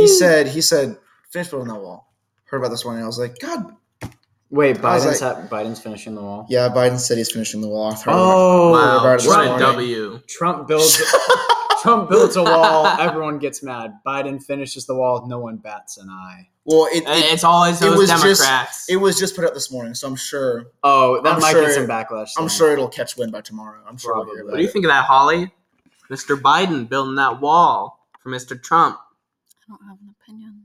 Speaker 2: he said he said finish building that wall. Heard about this one and I was like, God,
Speaker 3: Wait,
Speaker 2: I was
Speaker 3: Biden's at, Biden's finishing the wall.
Speaker 2: Yeah, Biden said he's finishing the wall. I've heard
Speaker 3: Oh,
Speaker 2: Wow, about it this
Speaker 1: what
Speaker 2: morning.
Speaker 1: a W.
Speaker 2: [laughs]
Speaker 3: Trump builds Trump builds a wall. Everyone gets mad. Biden finishes the wall. No one bats an eye.
Speaker 2: Well, it,
Speaker 1: And
Speaker 2: it,
Speaker 1: it's always
Speaker 2: it
Speaker 1: those
Speaker 2: was just-
Speaker 1: Democrats.
Speaker 2: it was just put out this morning, so I'm sure
Speaker 3: Oh, that
Speaker 2: I'm
Speaker 3: might
Speaker 2: sure-
Speaker 3: get some backlash.
Speaker 2: I'm
Speaker 3: then.
Speaker 2: sure it'll catch wind by tomorrow. I'm sure. We'll hear
Speaker 3: Probably.
Speaker 1: what
Speaker 2: about
Speaker 1: do you
Speaker 2: it.
Speaker 1: think of that, Holly? Mr. Biden building that wall for Mr. Trump.
Speaker 4: I don't have an opinion.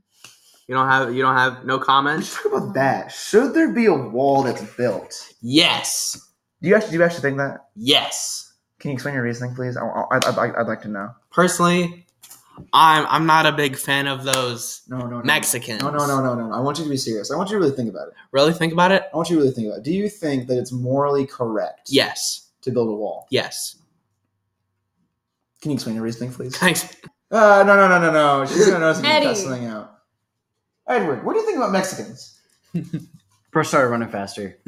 Speaker 1: You don't have you don't have no comment?
Speaker 2: Talk about that. Should there be a wall that's built?
Speaker 1: Yes.
Speaker 2: Do you actually do you actually think that?
Speaker 1: Yes.
Speaker 2: Can you explain your reasoning, please? I, I, I'd, I'd, I'd like to know.
Speaker 1: Personally, I'm I'm not a big fan of those
Speaker 2: No, no, no.
Speaker 1: Mexicans.
Speaker 2: No, no, no, no, no, no. I want you to be serious. I want you to really think about it.
Speaker 1: Really think about it?
Speaker 2: I want you to really think about it. Do you think that it's morally correct
Speaker 1: Yes.
Speaker 2: to build a wall?
Speaker 1: Yes. [laughs]
Speaker 2: Can you explain your reasoning, please?
Speaker 1: Thanks.
Speaker 2: Uh, no, no, no, no, no. She's gonna notice if you cut
Speaker 5: Eddie.
Speaker 2: something out. Edward, what do you think about Mexicans?
Speaker 3: First, started running
Speaker 2: [laughs]
Speaker 3: faster.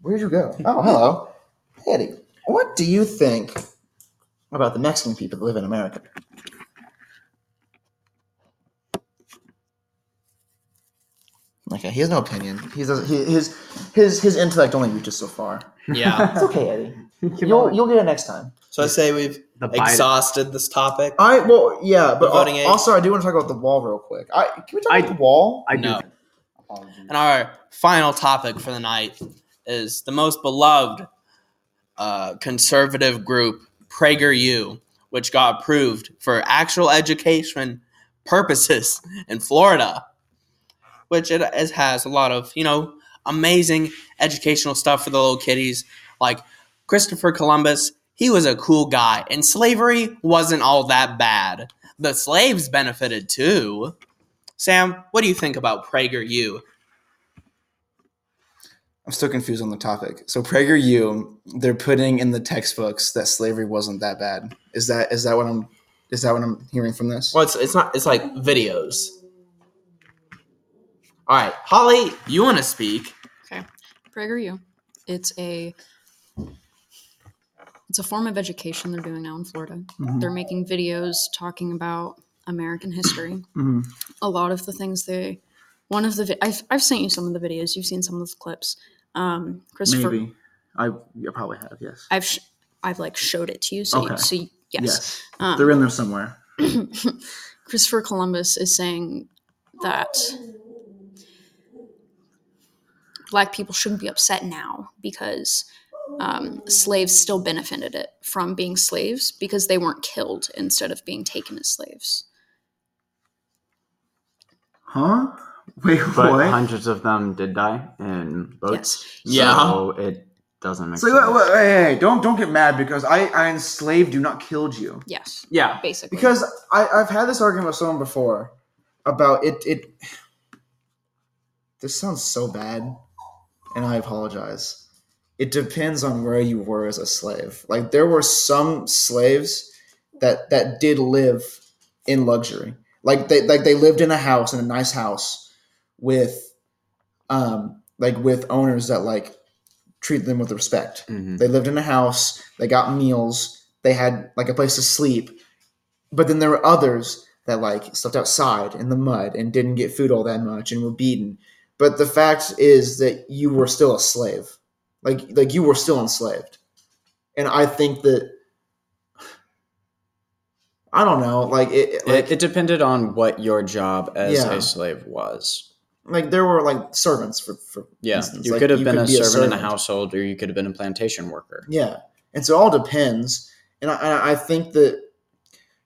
Speaker 2: Where'd you go? Oh, hello, Eddie. What do you think about the Mexican people that live in America? Okay, he has no opinion. He doesn't. He, his his his intellect only reaches so far. [laughs]
Speaker 1: Yeah.
Speaker 2: It's okay, Eddie. You'll you'll get it next time.
Speaker 1: So I say we've
Speaker 3: The Biden-
Speaker 1: exhausted this topic.
Speaker 2: All right. Well, yeah, but uh,
Speaker 1: The voting age.
Speaker 2: also I do want to talk about the wall real quick. I, can we talk
Speaker 3: I-
Speaker 2: about the wall?
Speaker 3: I
Speaker 1: No.
Speaker 3: know.
Speaker 1: And our final topic for the night is the most beloved uh, conservative group, PragerU, which got approved for actual education purposes in Florida, which it, it has a lot of, you know, amazing educational stuff for the little kiddies. Like Christopher Columbus, he was a cool guy, and slavery wasn't all that bad. The slaves benefited too. Sam, what do you think about PragerU?
Speaker 2: I'm still confused on the topic. So PragerU, they're putting in the textbooks that slavery wasn't that bad. Is that is that what I'm is that what I'm hearing from this?
Speaker 1: Well, it's, it's not. It's like videos. All right, Holly, you want to speak?
Speaker 4: Okay. Prager U. It's a it's a form of education they're doing now in Florida.
Speaker 2: Mm-hmm.
Speaker 4: They're making videos talking about American history.
Speaker 2: Mhm.
Speaker 4: A lot of the things they one of the vi- I've, I've sent you some of the videos. You've seen some of the clips. Um, Christopher,
Speaker 2: I you probably have. Yes.
Speaker 4: I've sh- I've like showed it to you. So
Speaker 2: Okay.
Speaker 4: you, so you, yes. Um,
Speaker 2: in there somewhere.
Speaker 4: [coughs] Christopher Columbus is saying that black people shouldn't be upset now because um, slaves still benefited it from being slaves because they weren't killed instead of being taken as slaves.
Speaker 2: Huh? Wait,
Speaker 3: But hundreds of them did die in boats.
Speaker 1: Yes. Yeah.
Speaker 3: So it doesn't make
Speaker 2: So
Speaker 3: sense.
Speaker 2: wait, wait, hey, hey, don't don't get mad because I I enslaved you, not killed you.
Speaker 4: Yes,
Speaker 1: Yeah.
Speaker 4: basically.
Speaker 2: because I, I've had this argument with someone before about it. It this sounds so bad, and I apologize. It depends on where you were as a slave. Like there were some slaves that that did live in luxury. Like they like they lived in a house in a nice house with, um, like with owners that like treated them with respect.
Speaker 3: Mhm.
Speaker 2: They lived in a house. They got meals. They had like a place to sleep. But then there were others that like slept outside in the mud and didn't get food all that much and were beaten. But the fact is that you were still a slave. Like like you were still enslaved. And I think that I don't know. Like it like
Speaker 3: It, it depended on what your job as
Speaker 2: Yeah.
Speaker 3: a slave was.
Speaker 2: like there were like servants for for
Speaker 3: Yeah,
Speaker 2: instance.
Speaker 3: you
Speaker 2: Like,
Speaker 3: could have been a,
Speaker 2: be
Speaker 3: servant, in a household, or you could have been a plantation worker.
Speaker 2: Yeah, and so it all depends, and I- I, I think that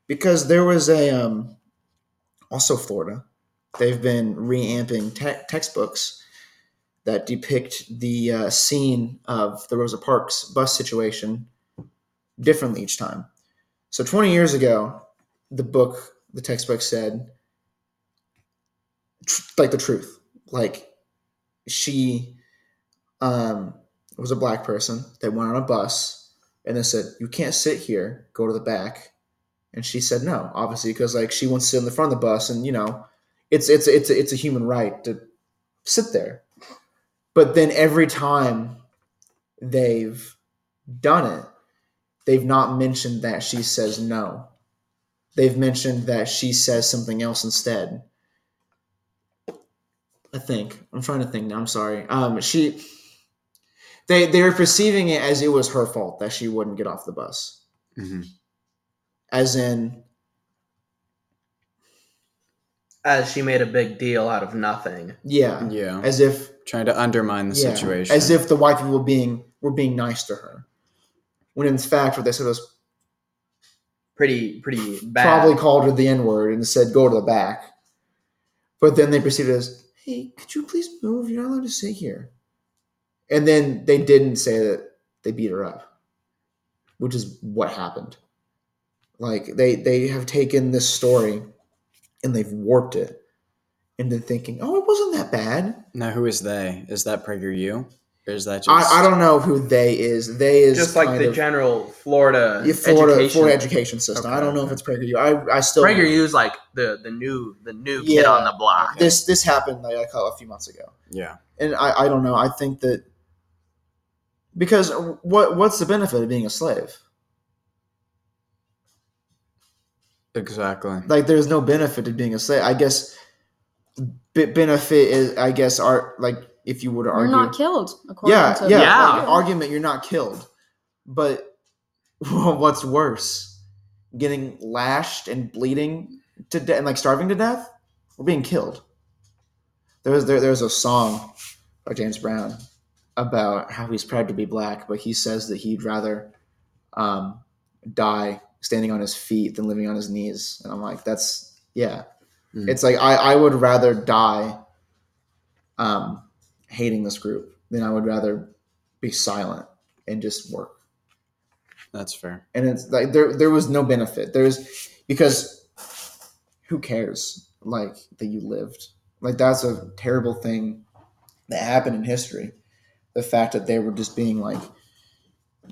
Speaker 2: because there was a um, also Florida, they've been reamping te- textbooks that depict the uh, scene of the Rosa Parks bus situation differently each time. So 20 years ago, the book, the textbook said, tr- like the truth, like she um, was a black person. They went on a bus and they said, "You can't sit here. Go to the back." And she said, "No, obviously, because like she wants to sit in the front of the bus, and you know, it's it's it's it's a human right to sit there." But then every time they've done it, they've not mentioned that she says no. They've mentioned that she says something else instead. I think. I'm trying to think now. I'm sorry. Um, she, they they were perceiving it as it was her fault that she wouldn't get off the bus,
Speaker 3: Mm-hmm.
Speaker 2: as in
Speaker 1: As she made a big deal out of nothing.
Speaker 2: yeah,
Speaker 3: Yeah,
Speaker 2: as if
Speaker 3: trying to undermine the
Speaker 2: yeah,
Speaker 3: situation.
Speaker 2: as if the white people were being were being nice to her, when in fact what they said was
Speaker 1: Pretty pretty bad.
Speaker 2: probably called her the N word and said go to the back, but then they perceived it as hey, could you please move? You're not allowed to sit here, and then they didn't say that they beat her up, which is what happened. Like they they have taken this story and they've warped it into thinking, oh, it wasn't that bad.
Speaker 3: now, who is they? Is that Prager you? Or is that just?
Speaker 2: I, I don't know who they is. They is
Speaker 1: just like
Speaker 2: kind
Speaker 1: the
Speaker 2: of-
Speaker 1: general Florida,
Speaker 2: yeah,
Speaker 1: education.
Speaker 2: Florida education. Florida education system.
Speaker 3: Okay,
Speaker 2: I don't know if
Speaker 3: okay.
Speaker 2: it's PragerU. I I still
Speaker 1: Prager U's like the the new the new kid
Speaker 2: Yeah.
Speaker 1: on the block.
Speaker 2: this this happened like I caught a few months ago,
Speaker 3: Yeah,
Speaker 2: and I I don't know. I think that because what what's the benefit of being a slave?
Speaker 3: exactly.
Speaker 2: like there's no benefit to being a slave. I guess b- benefit is I guess art like if you were to
Speaker 5: You're
Speaker 2: argue,
Speaker 5: not killed, according
Speaker 2: yeah,
Speaker 5: to
Speaker 2: yeah,
Speaker 1: Yeah.
Speaker 2: like, argument. You're not killed, but [laughs] what's worse, getting lashed and bleeding to death and like starving to death or being killed? There was there, there's a song by James Brown about how he's proud to be black, but he says that he'd rather um, die standing on his feet than living on his knees. And I'm like, that's yeah.
Speaker 5: Hmm.
Speaker 3: Mm.
Speaker 2: It's like I, I would rather die um, hating this group than I would rather be silent and just work.
Speaker 3: That's fair.
Speaker 2: And it's like there there was no benefit. There's because who cares like that you lived? Like that's a terrible thing that happened in history. The fact that they were just being like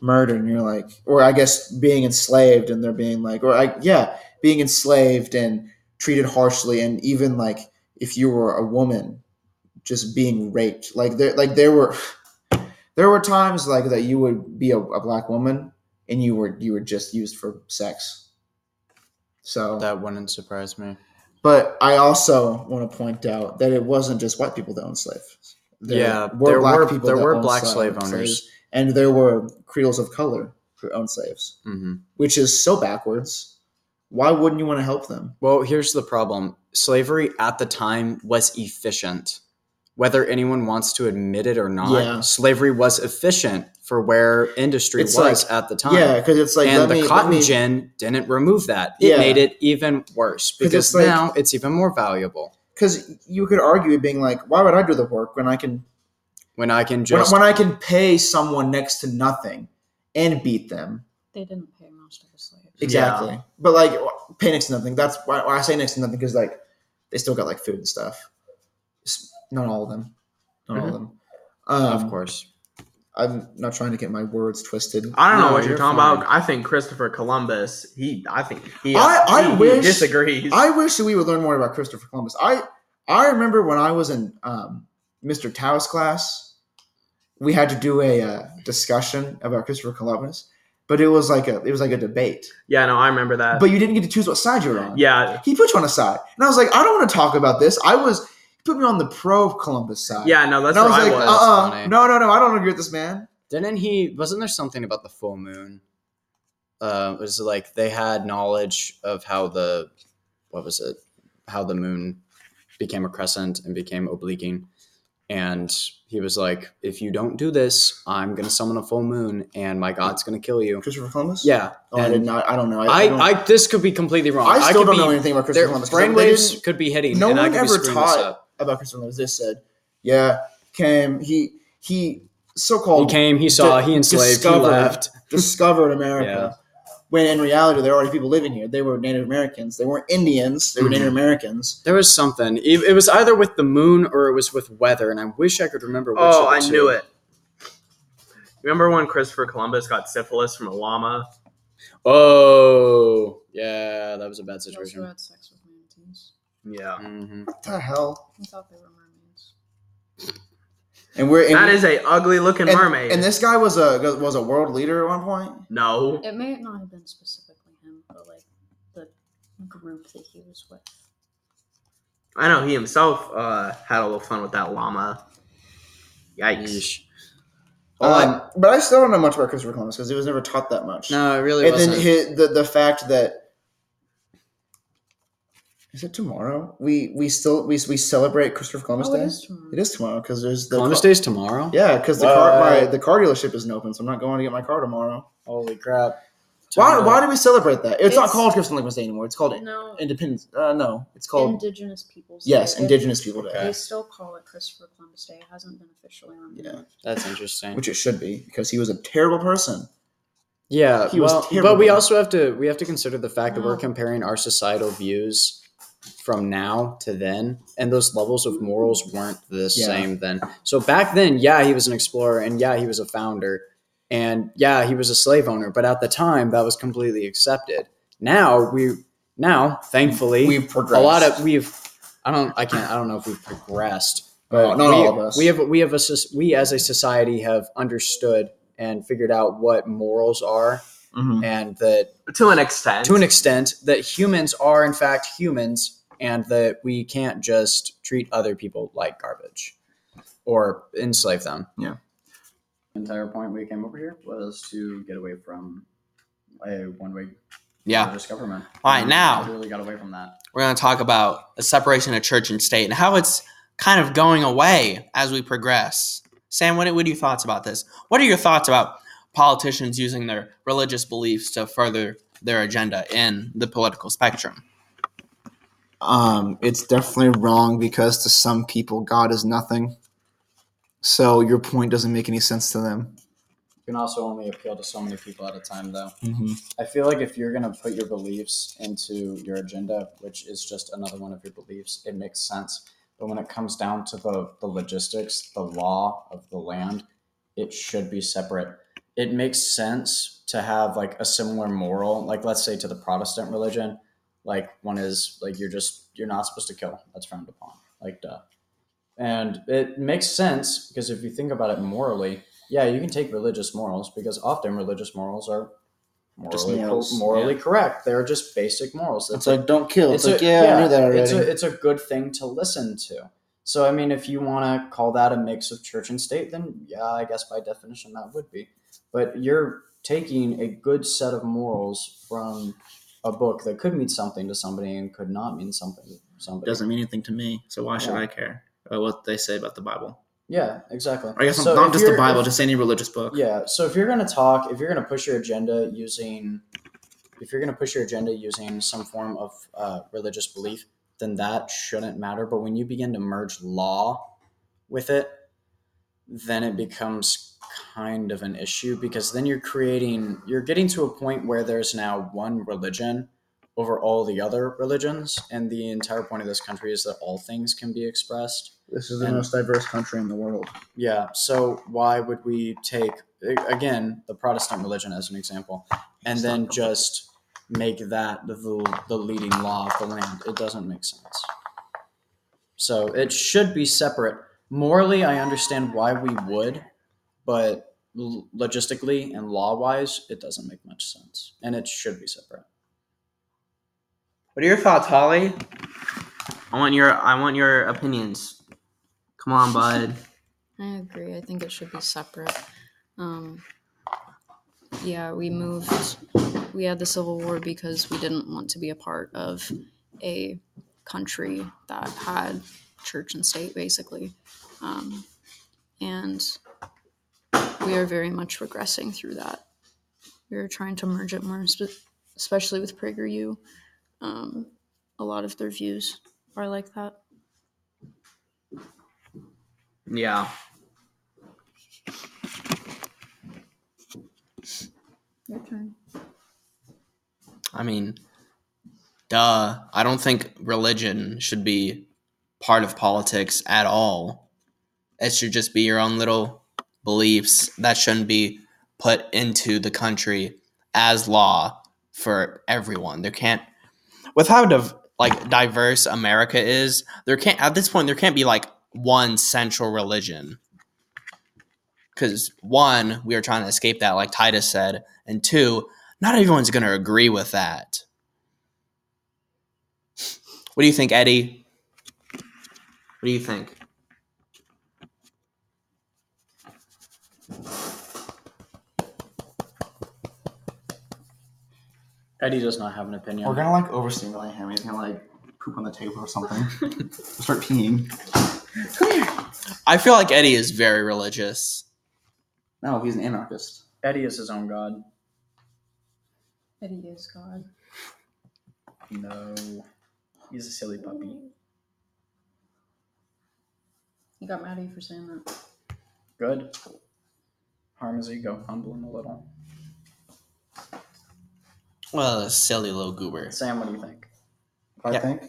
Speaker 2: murdered and you're like or I guess being enslaved and they're being like or I yeah, being enslaved and treated harshly and even like if you were a woman just being raped. Like there like there were there were times like that you would be a, a black woman and you were you were just used for sex. So,
Speaker 3: That wouldn't surprise me.
Speaker 2: but I also want to point out that it wasn't just white people that owned slaves.
Speaker 3: yeah, there were there
Speaker 2: that
Speaker 3: were
Speaker 2: owned
Speaker 3: black
Speaker 2: sla-
Speaker 3: slave owners.
Speaker 2: slaves, and there were Creoles of color who owned slaves,
Speaker 3: hmm
Speaker 2: which is so backwards. Why wouldn't you want to help them?
Speaker 3: Well, here's the problem: slavery at the time was efficient. Whether anyone wants to admit it or not,
Speaker 2: Yeah.
Speaker 3: slavery was efficient for where industry
Speaker 2: It's
Speaker 3: was
Speaker 2: like-
Speaker 3: at the time.
Speaker 2: Yeah, because it's like
Speaker 3: and
Speaker 2: let
Speaker 3: the
Speaker 2: me- let
Speaker 3: cotton
Speaker 2: me-
Speaker 3: gin didn't remove that. It
Speaker 2: Yeah.
Speaker 3: made it even worse
Speaker 2: 'Cause
Speaker 3: because
Speaker 2: it's like-
Speaker 3: now it's even more valuable
Speaker 2: because you could argue it being like, why would I do the work when I can
Speaker 3: when I can
Speaker 2: when,
Speaker 3: just
Speaker 2: when I can pay someone next to nothing and beat them.
Speaker 5: They didn't pay most of the slaves.
Speaker 2: Exactly. But like pay next to nothing. That's why, why I say next to nothing because like they still got like food and stuff. S- Not all of them. Not all of
Speaker 1: Mm-hmm.
Speaker 2: them. Um,
Speaker 3: of course.
Speaker 2: I'm not trying to get my words twisted.
Speaker 1: I don't know
Speaker 3: No,
Speaker 1: what you're
Speaker 3: you're
Speaker 1: talking
Speaker 3: fine.
Speaker 1: about. I think Christopher Columbus. He, I think he.
Speaker 2: I- I
Speaker 1: he- he
Speaker 2: wish-
Speaker 1: disagrees.
Speaker 2: I wish that we would learn more about Christopher Columbus. I I remember when I was in um, Mr. Tao's class, we had to do a uh, discussion about Christopher Columbus, but it was like a it was like a debate.
Speaker 1: yeah, no, I remember that.
Speaker 2: But you didn't get to choose what side you were on.
Speaker 1: yeah,
Speaker 2: he put you on a side, and I was like, I don't want to talk about this. I was he put me on the pro Columbus side.
Speaker 1: yeah, no, that's
Speaker 2: and I
Speaker 1: what
Speaker 2: was
Speaker 1: I
Speaker 2: like,
Speaker 1: was.
Speaker 2: uh, uh
Speaker 3: Funny.
Speaker 2: no, no, no, I don't agree with this man.
Speaker 3: Didn't he? Wasn't there something about the full moon? Uh, it was like they had knowledge of how the what was it? How the moon became a crescent and became obliquing, and he was like, "If you don't do this, I'm gonna summon a full moon, and my god's gonna kill you."
Speaker 2: Christopher Columbus.
Speaker 3: Yeah,
Speaker 2: oh, I
Speaker 3: and
Speaker 2: did not. I don't know. I
Speaker 3: I,
Speaker 2: don't-
Speaker 3: I, this could be completely wrong.
Speaker 2: I still
Speaker 3: could
Speaker 2: don't
Speaker 3: be-
Speaker 2: know anything about Christopher
Speaker 3: Their
Speaker 2: Columbus. 'cause they didn't-
Speaker 3: brainwaves could be hitting.
Speaker 2: no
Speaker 3: and I
Speaker 2: one
Speaker 3: could be
Speaker 2: ever
Speaker 3: screwing this
Speaker 2: taught
Speaker 3: up.
Speaker 2: about Christopher Columbus. They said, yeah, came he he so
Speaker 3: He
Speaker 2: called
Speaker 3: came, he saw, he enslaved, he
Speaker 2: discovered-
Speaker 3: left.
Speaker 2: [laughs] discovered America. When in reality, there were already people living here. They were Native Americans. They weren't Indians. They were
Speaker 3: Mm-hmm.
Speaker 2: Native Americans.
Speaker 3: There was something. It it was either with the moon or it was with weather, and I wish I could remember which.
Speaker 1: oh,
Speaker 3: of the
Speaker 1: I
Speaker 3: two.
Speaker 1: knew it. Remember when Christopher Columbus got syphilis from a llama?
Speaker 3: Oh, yeah, that was a
Speaker 5: They
Speaker 3: bad
Speaker 5: also
Speaker 3: situation.
Speaker 5: had sex with manatees.
Speaker 1: Yeah,
Speaker 3: Mhm.
Speaker 2: What the hell?
Speaker 5: I thought they were mermaids.
Speaker 2: And we're and,
Speaker 1: that is a ugly looking
Speaker 2: and-
Speaker 1: mermaid.
Speaker 2: And this guy was a was a world leader at one point.
Speaker 1: no,
Speaker 5: It may not have been specifically him, but like the group that he was with.
Speaker 1: I know he himself uh, had a little fun with that llama. Yikes!
Speaker 3: Yeesh.
Speaker 2: Um, but I still don't know much about Christopher Columbus because he was never taught that much.
Speaker 3: No, it really
Speaker 2: and
Speaker 3: wasn't.
Speaker 2: then hit the the fact that is it tomorrow? We we still we we celebrate Christopher Columbus
Speaker 5: Oh,
Speaker 2: Day.
Speaker 5: it is tomorrow.
Speaker 2: It is tomorrow because there's the
Speaker 3: Columbus
Speaker 2: car-
Speaker 3: Day's tomorrow.
Speaker 2: Yeah, because the car my
Speaker 3: What?
Speaker 2: the car dealership isn't open, so I'm not going to get my car tomorrow.
Speaker 3: Holy crap!
Speaker 2: Why,
Speaker 3: Tomorrow.
Speaker 2: why do we celebrate that? It's, not
Speaker 5: It's-
Speaker 2: called Christopher Columbus Day anymore. It's called
Speaker 5: No,
Speaker 2: Independence. Uh, no, it's called
Speaker 5: Indigenous Peoples.
Speaker 2: yes,
Speaker 5: Day.
Speaker 2: Indigenous People Day,
Speaker 5: They still call it Christopher Columbus Day. It hasn't been officially on.
Speaker 2: Yeah.
Speaker 3: That's interesting.
Speaker 2: which it should be because he was a terrible person.
Speaker 3: Yeah,
Speaker 2: He was
Speaker 3: well, but
Speaker 2: terrible.
Speaker 3: we also have to we have to consider the fact that we're
Speaker 5: No.
Speaker 3: comparing our societal views from now to then, and those levels of morals weren't the
Speaker 2: Yeah.
Speaker 3: same then. So back then, yeah, he was an explorer, and yeah, he was a founder, and yeah, he was a slave owner. But at the time, that was completely accepted. Now we now thankfully
Speaker 2: We've progressed
Speaker 3: a lot of we've I don't I can't I don't know if we've progressed.
Speaker 2: Well, not
Speaker 3: we,
Speaker 2: all of us.
Speaker 3: We have we have a soc- we as a society have understood and figured out what morals are
Speaker 2: Mhm.
Speaker 3: and that
Speaker 1: To an extent.
Speaker 3: to an extent that humans are in fact humans and that we can't just treat other people like garbage or enslave them.
Speaker 2: Yeah.
Speaker 3: The entire point we came over here was to get away from a one-way
Speaker 1: yeah.
Speaker 3: government.
Speaker 1: All right, now-
Speaker 3: really got away from that.
Speaker 1: we're going to talk about the separation of church and state and how it's kind of going away as we progress. Sam, what, what are your thoughts about this? What are your thoughts about politicians using their religious beliefs to further their agenda in the political spectrum?
Speaker 2: um, it's definitely wrong because to some people God is nothing. So your point doesn't make any sense to them.
Speaker 3: You can also only appeal to so many people at a time though.
Speaker 2: Mm-hmm.
Speaker 3: I feel like if you're going to put your beliefs into your agenda, which is just another one of your beliefs, it makes sense. But when it comes down to the, the logistics, the law of the land, it should be separate. It makes sense to have like a similar moral, like let's say to the Protestant religion, like one is like you're just you're not supposed to kill. That's frowned upon. Like duh. And it makes sense because if you think about it morally, yeah, you can take religious morals because often religious morals are
Speaker 2: Just
Speaker 3: morally,
Speaker 2: morals,
Speaker 3: co- morally correct. They're just basic morals.
Speaker 2: It's like don't kill. It's, like
Speaker 3: a-
Speaker 2: yeah, I knew that already.
Speaker 3: It's a, it's a good thing to listen to. So I mean, if you want to call that a mix of church and state, then yeah, I guess by definition that would be. But you're taking a good set of morals from a book that could mean something to somebody and could not mean something to somebody.
Speaker 2: doesn't mean anything to me. So why should
Speaker 3: Yeah.
Speaker 2: I care uh, what they say about the Bible?
Speaker 3: Yeah, exactly.
Speaker 2: I guess
Speaker 3: So
Speaker 2: not
Speaker 3: if
Speaker 2: just the
Speaker 3: you're-
Speaker 2: Bible,
Speaker 3: if-
Speaker 2: just any religious book.
Speaker 3: Yeah. So if you're gonna talk, if you're gonna push your agenda using, if you're gonna push your agenda using some form of uh, religious belief, then that shouldn't matter. But when you begin to merge law with it, then it becomes kind of an issue because then you're creating, you're getting to a point where there's now one religion over all the other religions, and the entire point of this country is that all things can be expressed.
Speaker 2: This is
Speaker 3: the most
Speaker 2: diverse country in the world.
Speaker 3: Yeah. So why would we take again the Protestant religion as an example, and then just make that the the leading law of the land? It doesn't make sense. So it should be separate. Morally, I understand why we would, but l- logistically and law wise, it doesn't make much sense, and it should be separate.
Speaker 1: What are your thoughts, Holly? I want your I want your opinions. Come on, bud.
Speaker 4: I agree. I think it should be separate. Um, yeah, we moved. We had the Civil War because we didn't want to be a part of a country that had church and state, basically. Um, and we are very much regressing through that. We are trying to merge it more, spe- especially with PragerU. Um, a lot of their views are like that.
Speaker 1: [laughs] Yeah.
Speaker 5: Your turn.
Speaker 1: I mean, duh. I don't think religion should be part of politics at all. It should just be your own little beliefs that shouldn't be put into the country as law for everyone. There can't, with how div- like diverse America is, there can't at this point there can't be like one central religion. Because one, we are trying to escape that, like Titus said, and two, not everyone's going to agree with that. What do you think, Eddie? What do you think?
Speaker 3: Eddie does not have an opinion.
Speaker 2: We're gonna like overstimulate him. He's gonna like poop on the table or [laughs] something. Start peeing.
Speaker 1: I feel like Eddie is very religious.
Speaker 2: No, he's an anarchist.
Speaker 3: Eddie is his own god.
Speaker 5: Eddie is God.
Speaker 3: No, he's a silly puppy.
Speaker 5: He got mad at you for saying that.
Speaker 3: Good. Harm his ego. Humble him a little.
Speaker 1: Well, silly little goober.
Speaker 3: Sam, what do you think?
Speaker 2: I
Speaker 1: Yeah.
Speaker 2: think.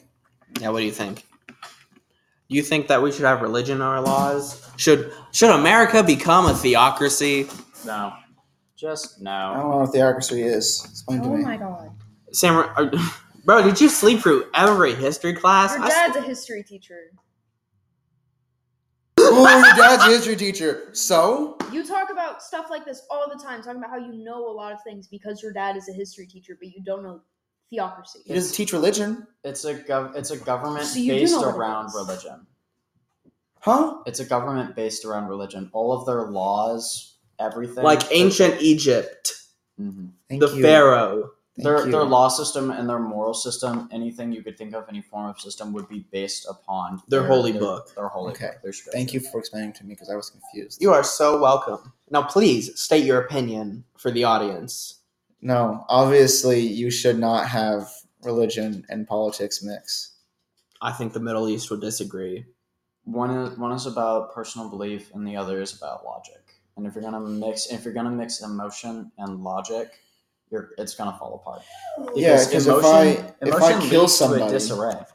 Speaker 1: Yeah, what do you think? Do you think that we should have religion in our laws? Should should America become a theocracy?
Speaker 3: No. Just
Speaker 2: I
Speaker 3: no.
Speaker 2: don't know what the accuracy is. Explain to
Speaker 5: Oh
Speaker 2: me.
Speaker 5: my god.
Speaker 1: Sam, are, [laughs] bro, did you sleep through every history class?
Speaker 5: Your
Speaker 1: I s-
Speaker 5: dad's a history teacher.
Speaker 2: Ooh, your dad's a history teacher. So
Speaker 5: You talk about stuff like this all the time, talking about how you know a lot of things because your dad is a history teacher, but you don't know theocracy.
Speaker 2: he doesn't teach religion,
Speaker 3: It's a gov- It's a government
Speaker 5: So you do
Speaker 3: based
Speaker 5: know what it
Speaker 3: around
Speaker 5: is.
Speaker 3: religion.
Speaker 2: huh?
Speaker 3: It's a government based around religion. All of their laws, everything,
Speaker 1: like ancient Egypt,
Speaker 3: Mhm.
Speaker 2: Thank
Speaker 1: the
Speaker 2: you.
Speaker 1: pharaoh.
Speaker 2: Thank
Speaker 3: Their
Speaker 2: you.
Speaker 3: their law system and their moral system, anything you could think of, any form of system would be based upon
Speaker 1: Their holy book.
Speaker 3: Their holy
Speaker 2: Okay.
Speaker 3: book. Their scripture.
Speaker 2: Thank you for explaining to me because I was confused.
Speaker 1: You are so welcome. Now, please state your opinion for the audience.
Speaker 2: no, obviously you should not have religion and politics mix.
Speaker 1: I think the Middle East would disagree.
Speaker 3: One is one is about personal belief, and the other is about logic. And if you're gonna mix, if you're gonna mix emotion and logic, you're it's gonna fall apart.
Speaker 2: Yeah, 'cause if I- if I kill
Speaker 3: leads to a
Speaker 2: somebody-
Speaker 3: disarray.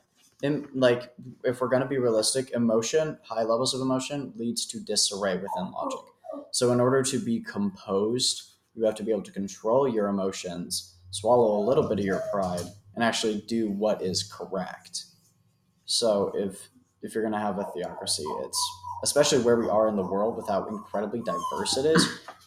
Speaker 3: And like, if we're gonna be realistic, emotion, high levels of emotion, leads to disarray within logic. So, in order to be composed, you have to be able to control your emotions, swallow a little bit of your pride, and actually do what is correct. So, if if you're gonna have a theocracy, it's especially where we are in the world with how incredibly diverse it is,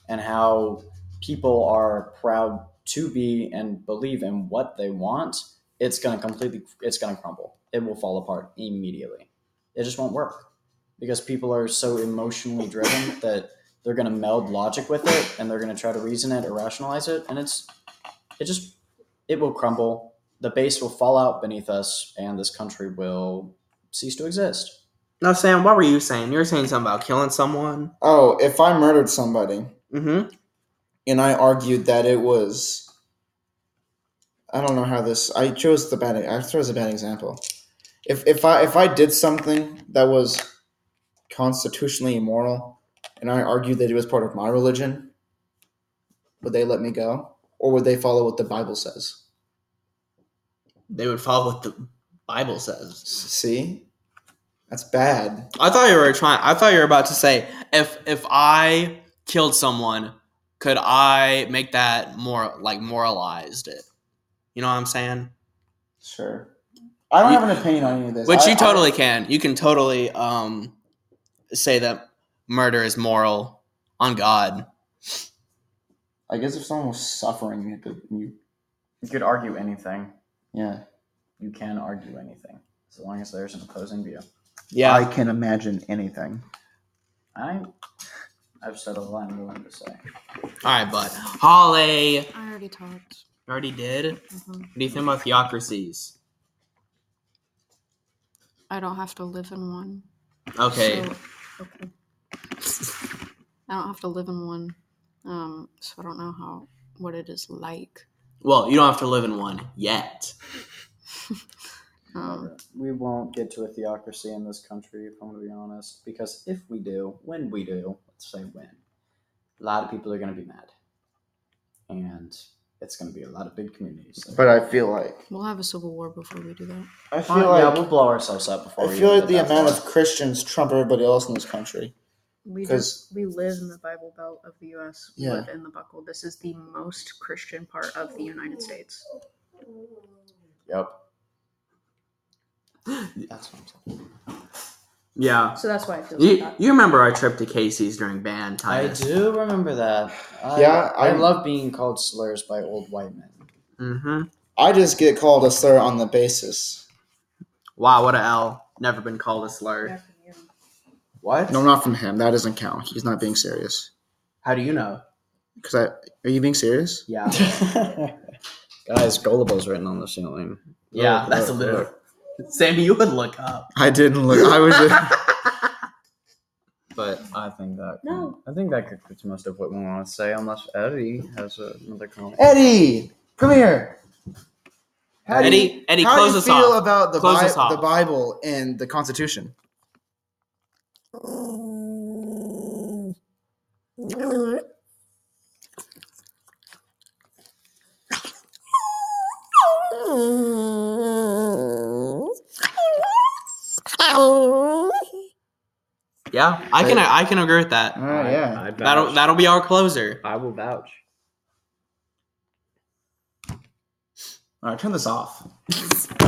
Speaker 3: and how people are proud to be and believe in what they want, it's going to completely, it's going to crumble. It will fall apart immediately. It just won't work because people are so emotionally driven that they're going to meld logic with it and they're going to try to reason it or rationalize it. And it's, it just, it will crumble. The base will fall out beneath us and this country will cease to exist.
Speaker 1: Now, Sam, what were you saying? You were saying something about killing someone.
Speaker 2: Oh, if I murdered somebody
Speaker 1: Mm-hmm.
Speaker 2: and I argued that it was, I don't know how this. I chose the bad. I chose a bad example. If if I if I did something that was constitutionally immoral, and I argued that it was part of my religion, would they let me go, or would they follow what the Bible says?
Speaker 1: They would follow what the Bible says.
Speaker 2: See, that's bad.
Speaker 1: I thought you were trying. I thought you were about to say if if I killed someone, could I make that more like moralized it? You know what I'm saying?
Speaker 2: Sure. I don't
Speaker 1: You-
Speaker 2: have an opinion on any of this.
Speaker 1: Which
Speaker 2: I-
Speaker 1: you
Speaker 2: I-
Speaker 1: totally can. You can totally um say that murder is moral on God.
Speaker 2: I, guess if someone was suffering, you could. You,
Speaker 3: You could argue anything.
Speaker 2: yeah.
Speaker 3: You can argue anything as long as there's an opposing view.
Speaker 1: Yeah.
Speaker 2: I can imagine anything.
Speaker 3: I, I've said a lot I'm willing to say.
Speaker 1: All right, bud. Holly, you
Speaker 4: I already talked.
Speaker 1: already did. What
Speaker 4: Mhm.
Speaker 1: do you think about theocracies?
Speaker 4: I don't have to live in one.
Speaker 1: Okay.
Speaker 4: So, okay. [laughs] I don't have to live in one, um, so I don't know how what it is like.
Speaker 1: Well, you don't have to live in one yet.
Speaker 4: Um,
Speaker 3: we won't get to a theocracy in this country, if I'm going to be honest, because if we do, when we do, let's say when, a lot of people are going to be mad. And it's going to be a lot of big communities.
Speaker 2: But I feel like
Speaker 4: we'll have a civil war before we do that.
Speaker 2: I feel
Speaker 3: Fine, yeah,
Speaker 2: like
Speaker 3: we'll blow ourselves up before
Speaker 2: I
Speaker 3: we
Speaker 2: feel
Speaker 3: even
Speaker 2: like the
Speaker 3: get that
Speaker 2: amount
Speaker 3: far.
Speaker 2: of Christians trump everybody else in this country.
Speaker 5: We
Speaker 2: 'Cause-
Speaker 5: just we live in the Bible Belt of the U.S. We
Speaker 2: Yeah.
Speaker 5: live in the buckle. This is the most Christian part of the United States.
Speaker 3: Yep. That's what I'm saying.
Speaker 1: Yeah.
Speaker 5: So that's why I feel like
Speaker 1: You,
Speaker 5: that.
Speaker 1: you remember our trip to Casey's during band
Speaker 3: I
Speaker 1: time?
Speaker 3: do remember that. I,
Speaker 2: Yeah,
Speaker 3: I,
Speaker 2: I'm-
Speaker 3: love being called slurs by old white men.
Speaker 1: Mm-hmm.
Speaker 2: I just get called a slur on the basis.
Speaker 1: Wow, what a L. never been called a slur. What?
Speaker 2: No, not from him. That doesn't count. He's not being serious.
Speaker 1: How do you know?
Speaker 2: Because I are you being serious?
Speaker 1: Yeah.
Speaker 3: [laughs] Guys, Gullibble's written on the ceiling.
Speaker 1: Yeah, that's a little. Sammy, you would look up.
Speaker 2: I didn't look. I was. Just,
Speaker 3: But I think that
Speaker 5: No.
Speaker 3: I think that concludes most of what we want to say, unless Eddie has another comment.
Speaker 2: [laughs] Eddie, come here. How do you-
Speaker 1: Eddie, Eddie,
Speaker 2: how
Speaker 1: close
Speaker 2: do you
Speaker 1: us
Speaker 2: feel
Speaker 1: off.
Speaker 2: about the,
Speaker 1: Close
Speaker 2: Bi-
Speaker 1: us off.
Speaker 2: the Bible and the Constitution?
Speaker 1: yeah, I can. I can agree with that.
Speaker 2: Oh yeah.
Speaker 3: I, vouch.
Speaker 1: That'll that'll be our closer.
Speaker 3: I will vouch.
Speaker 2: All right, turn this off.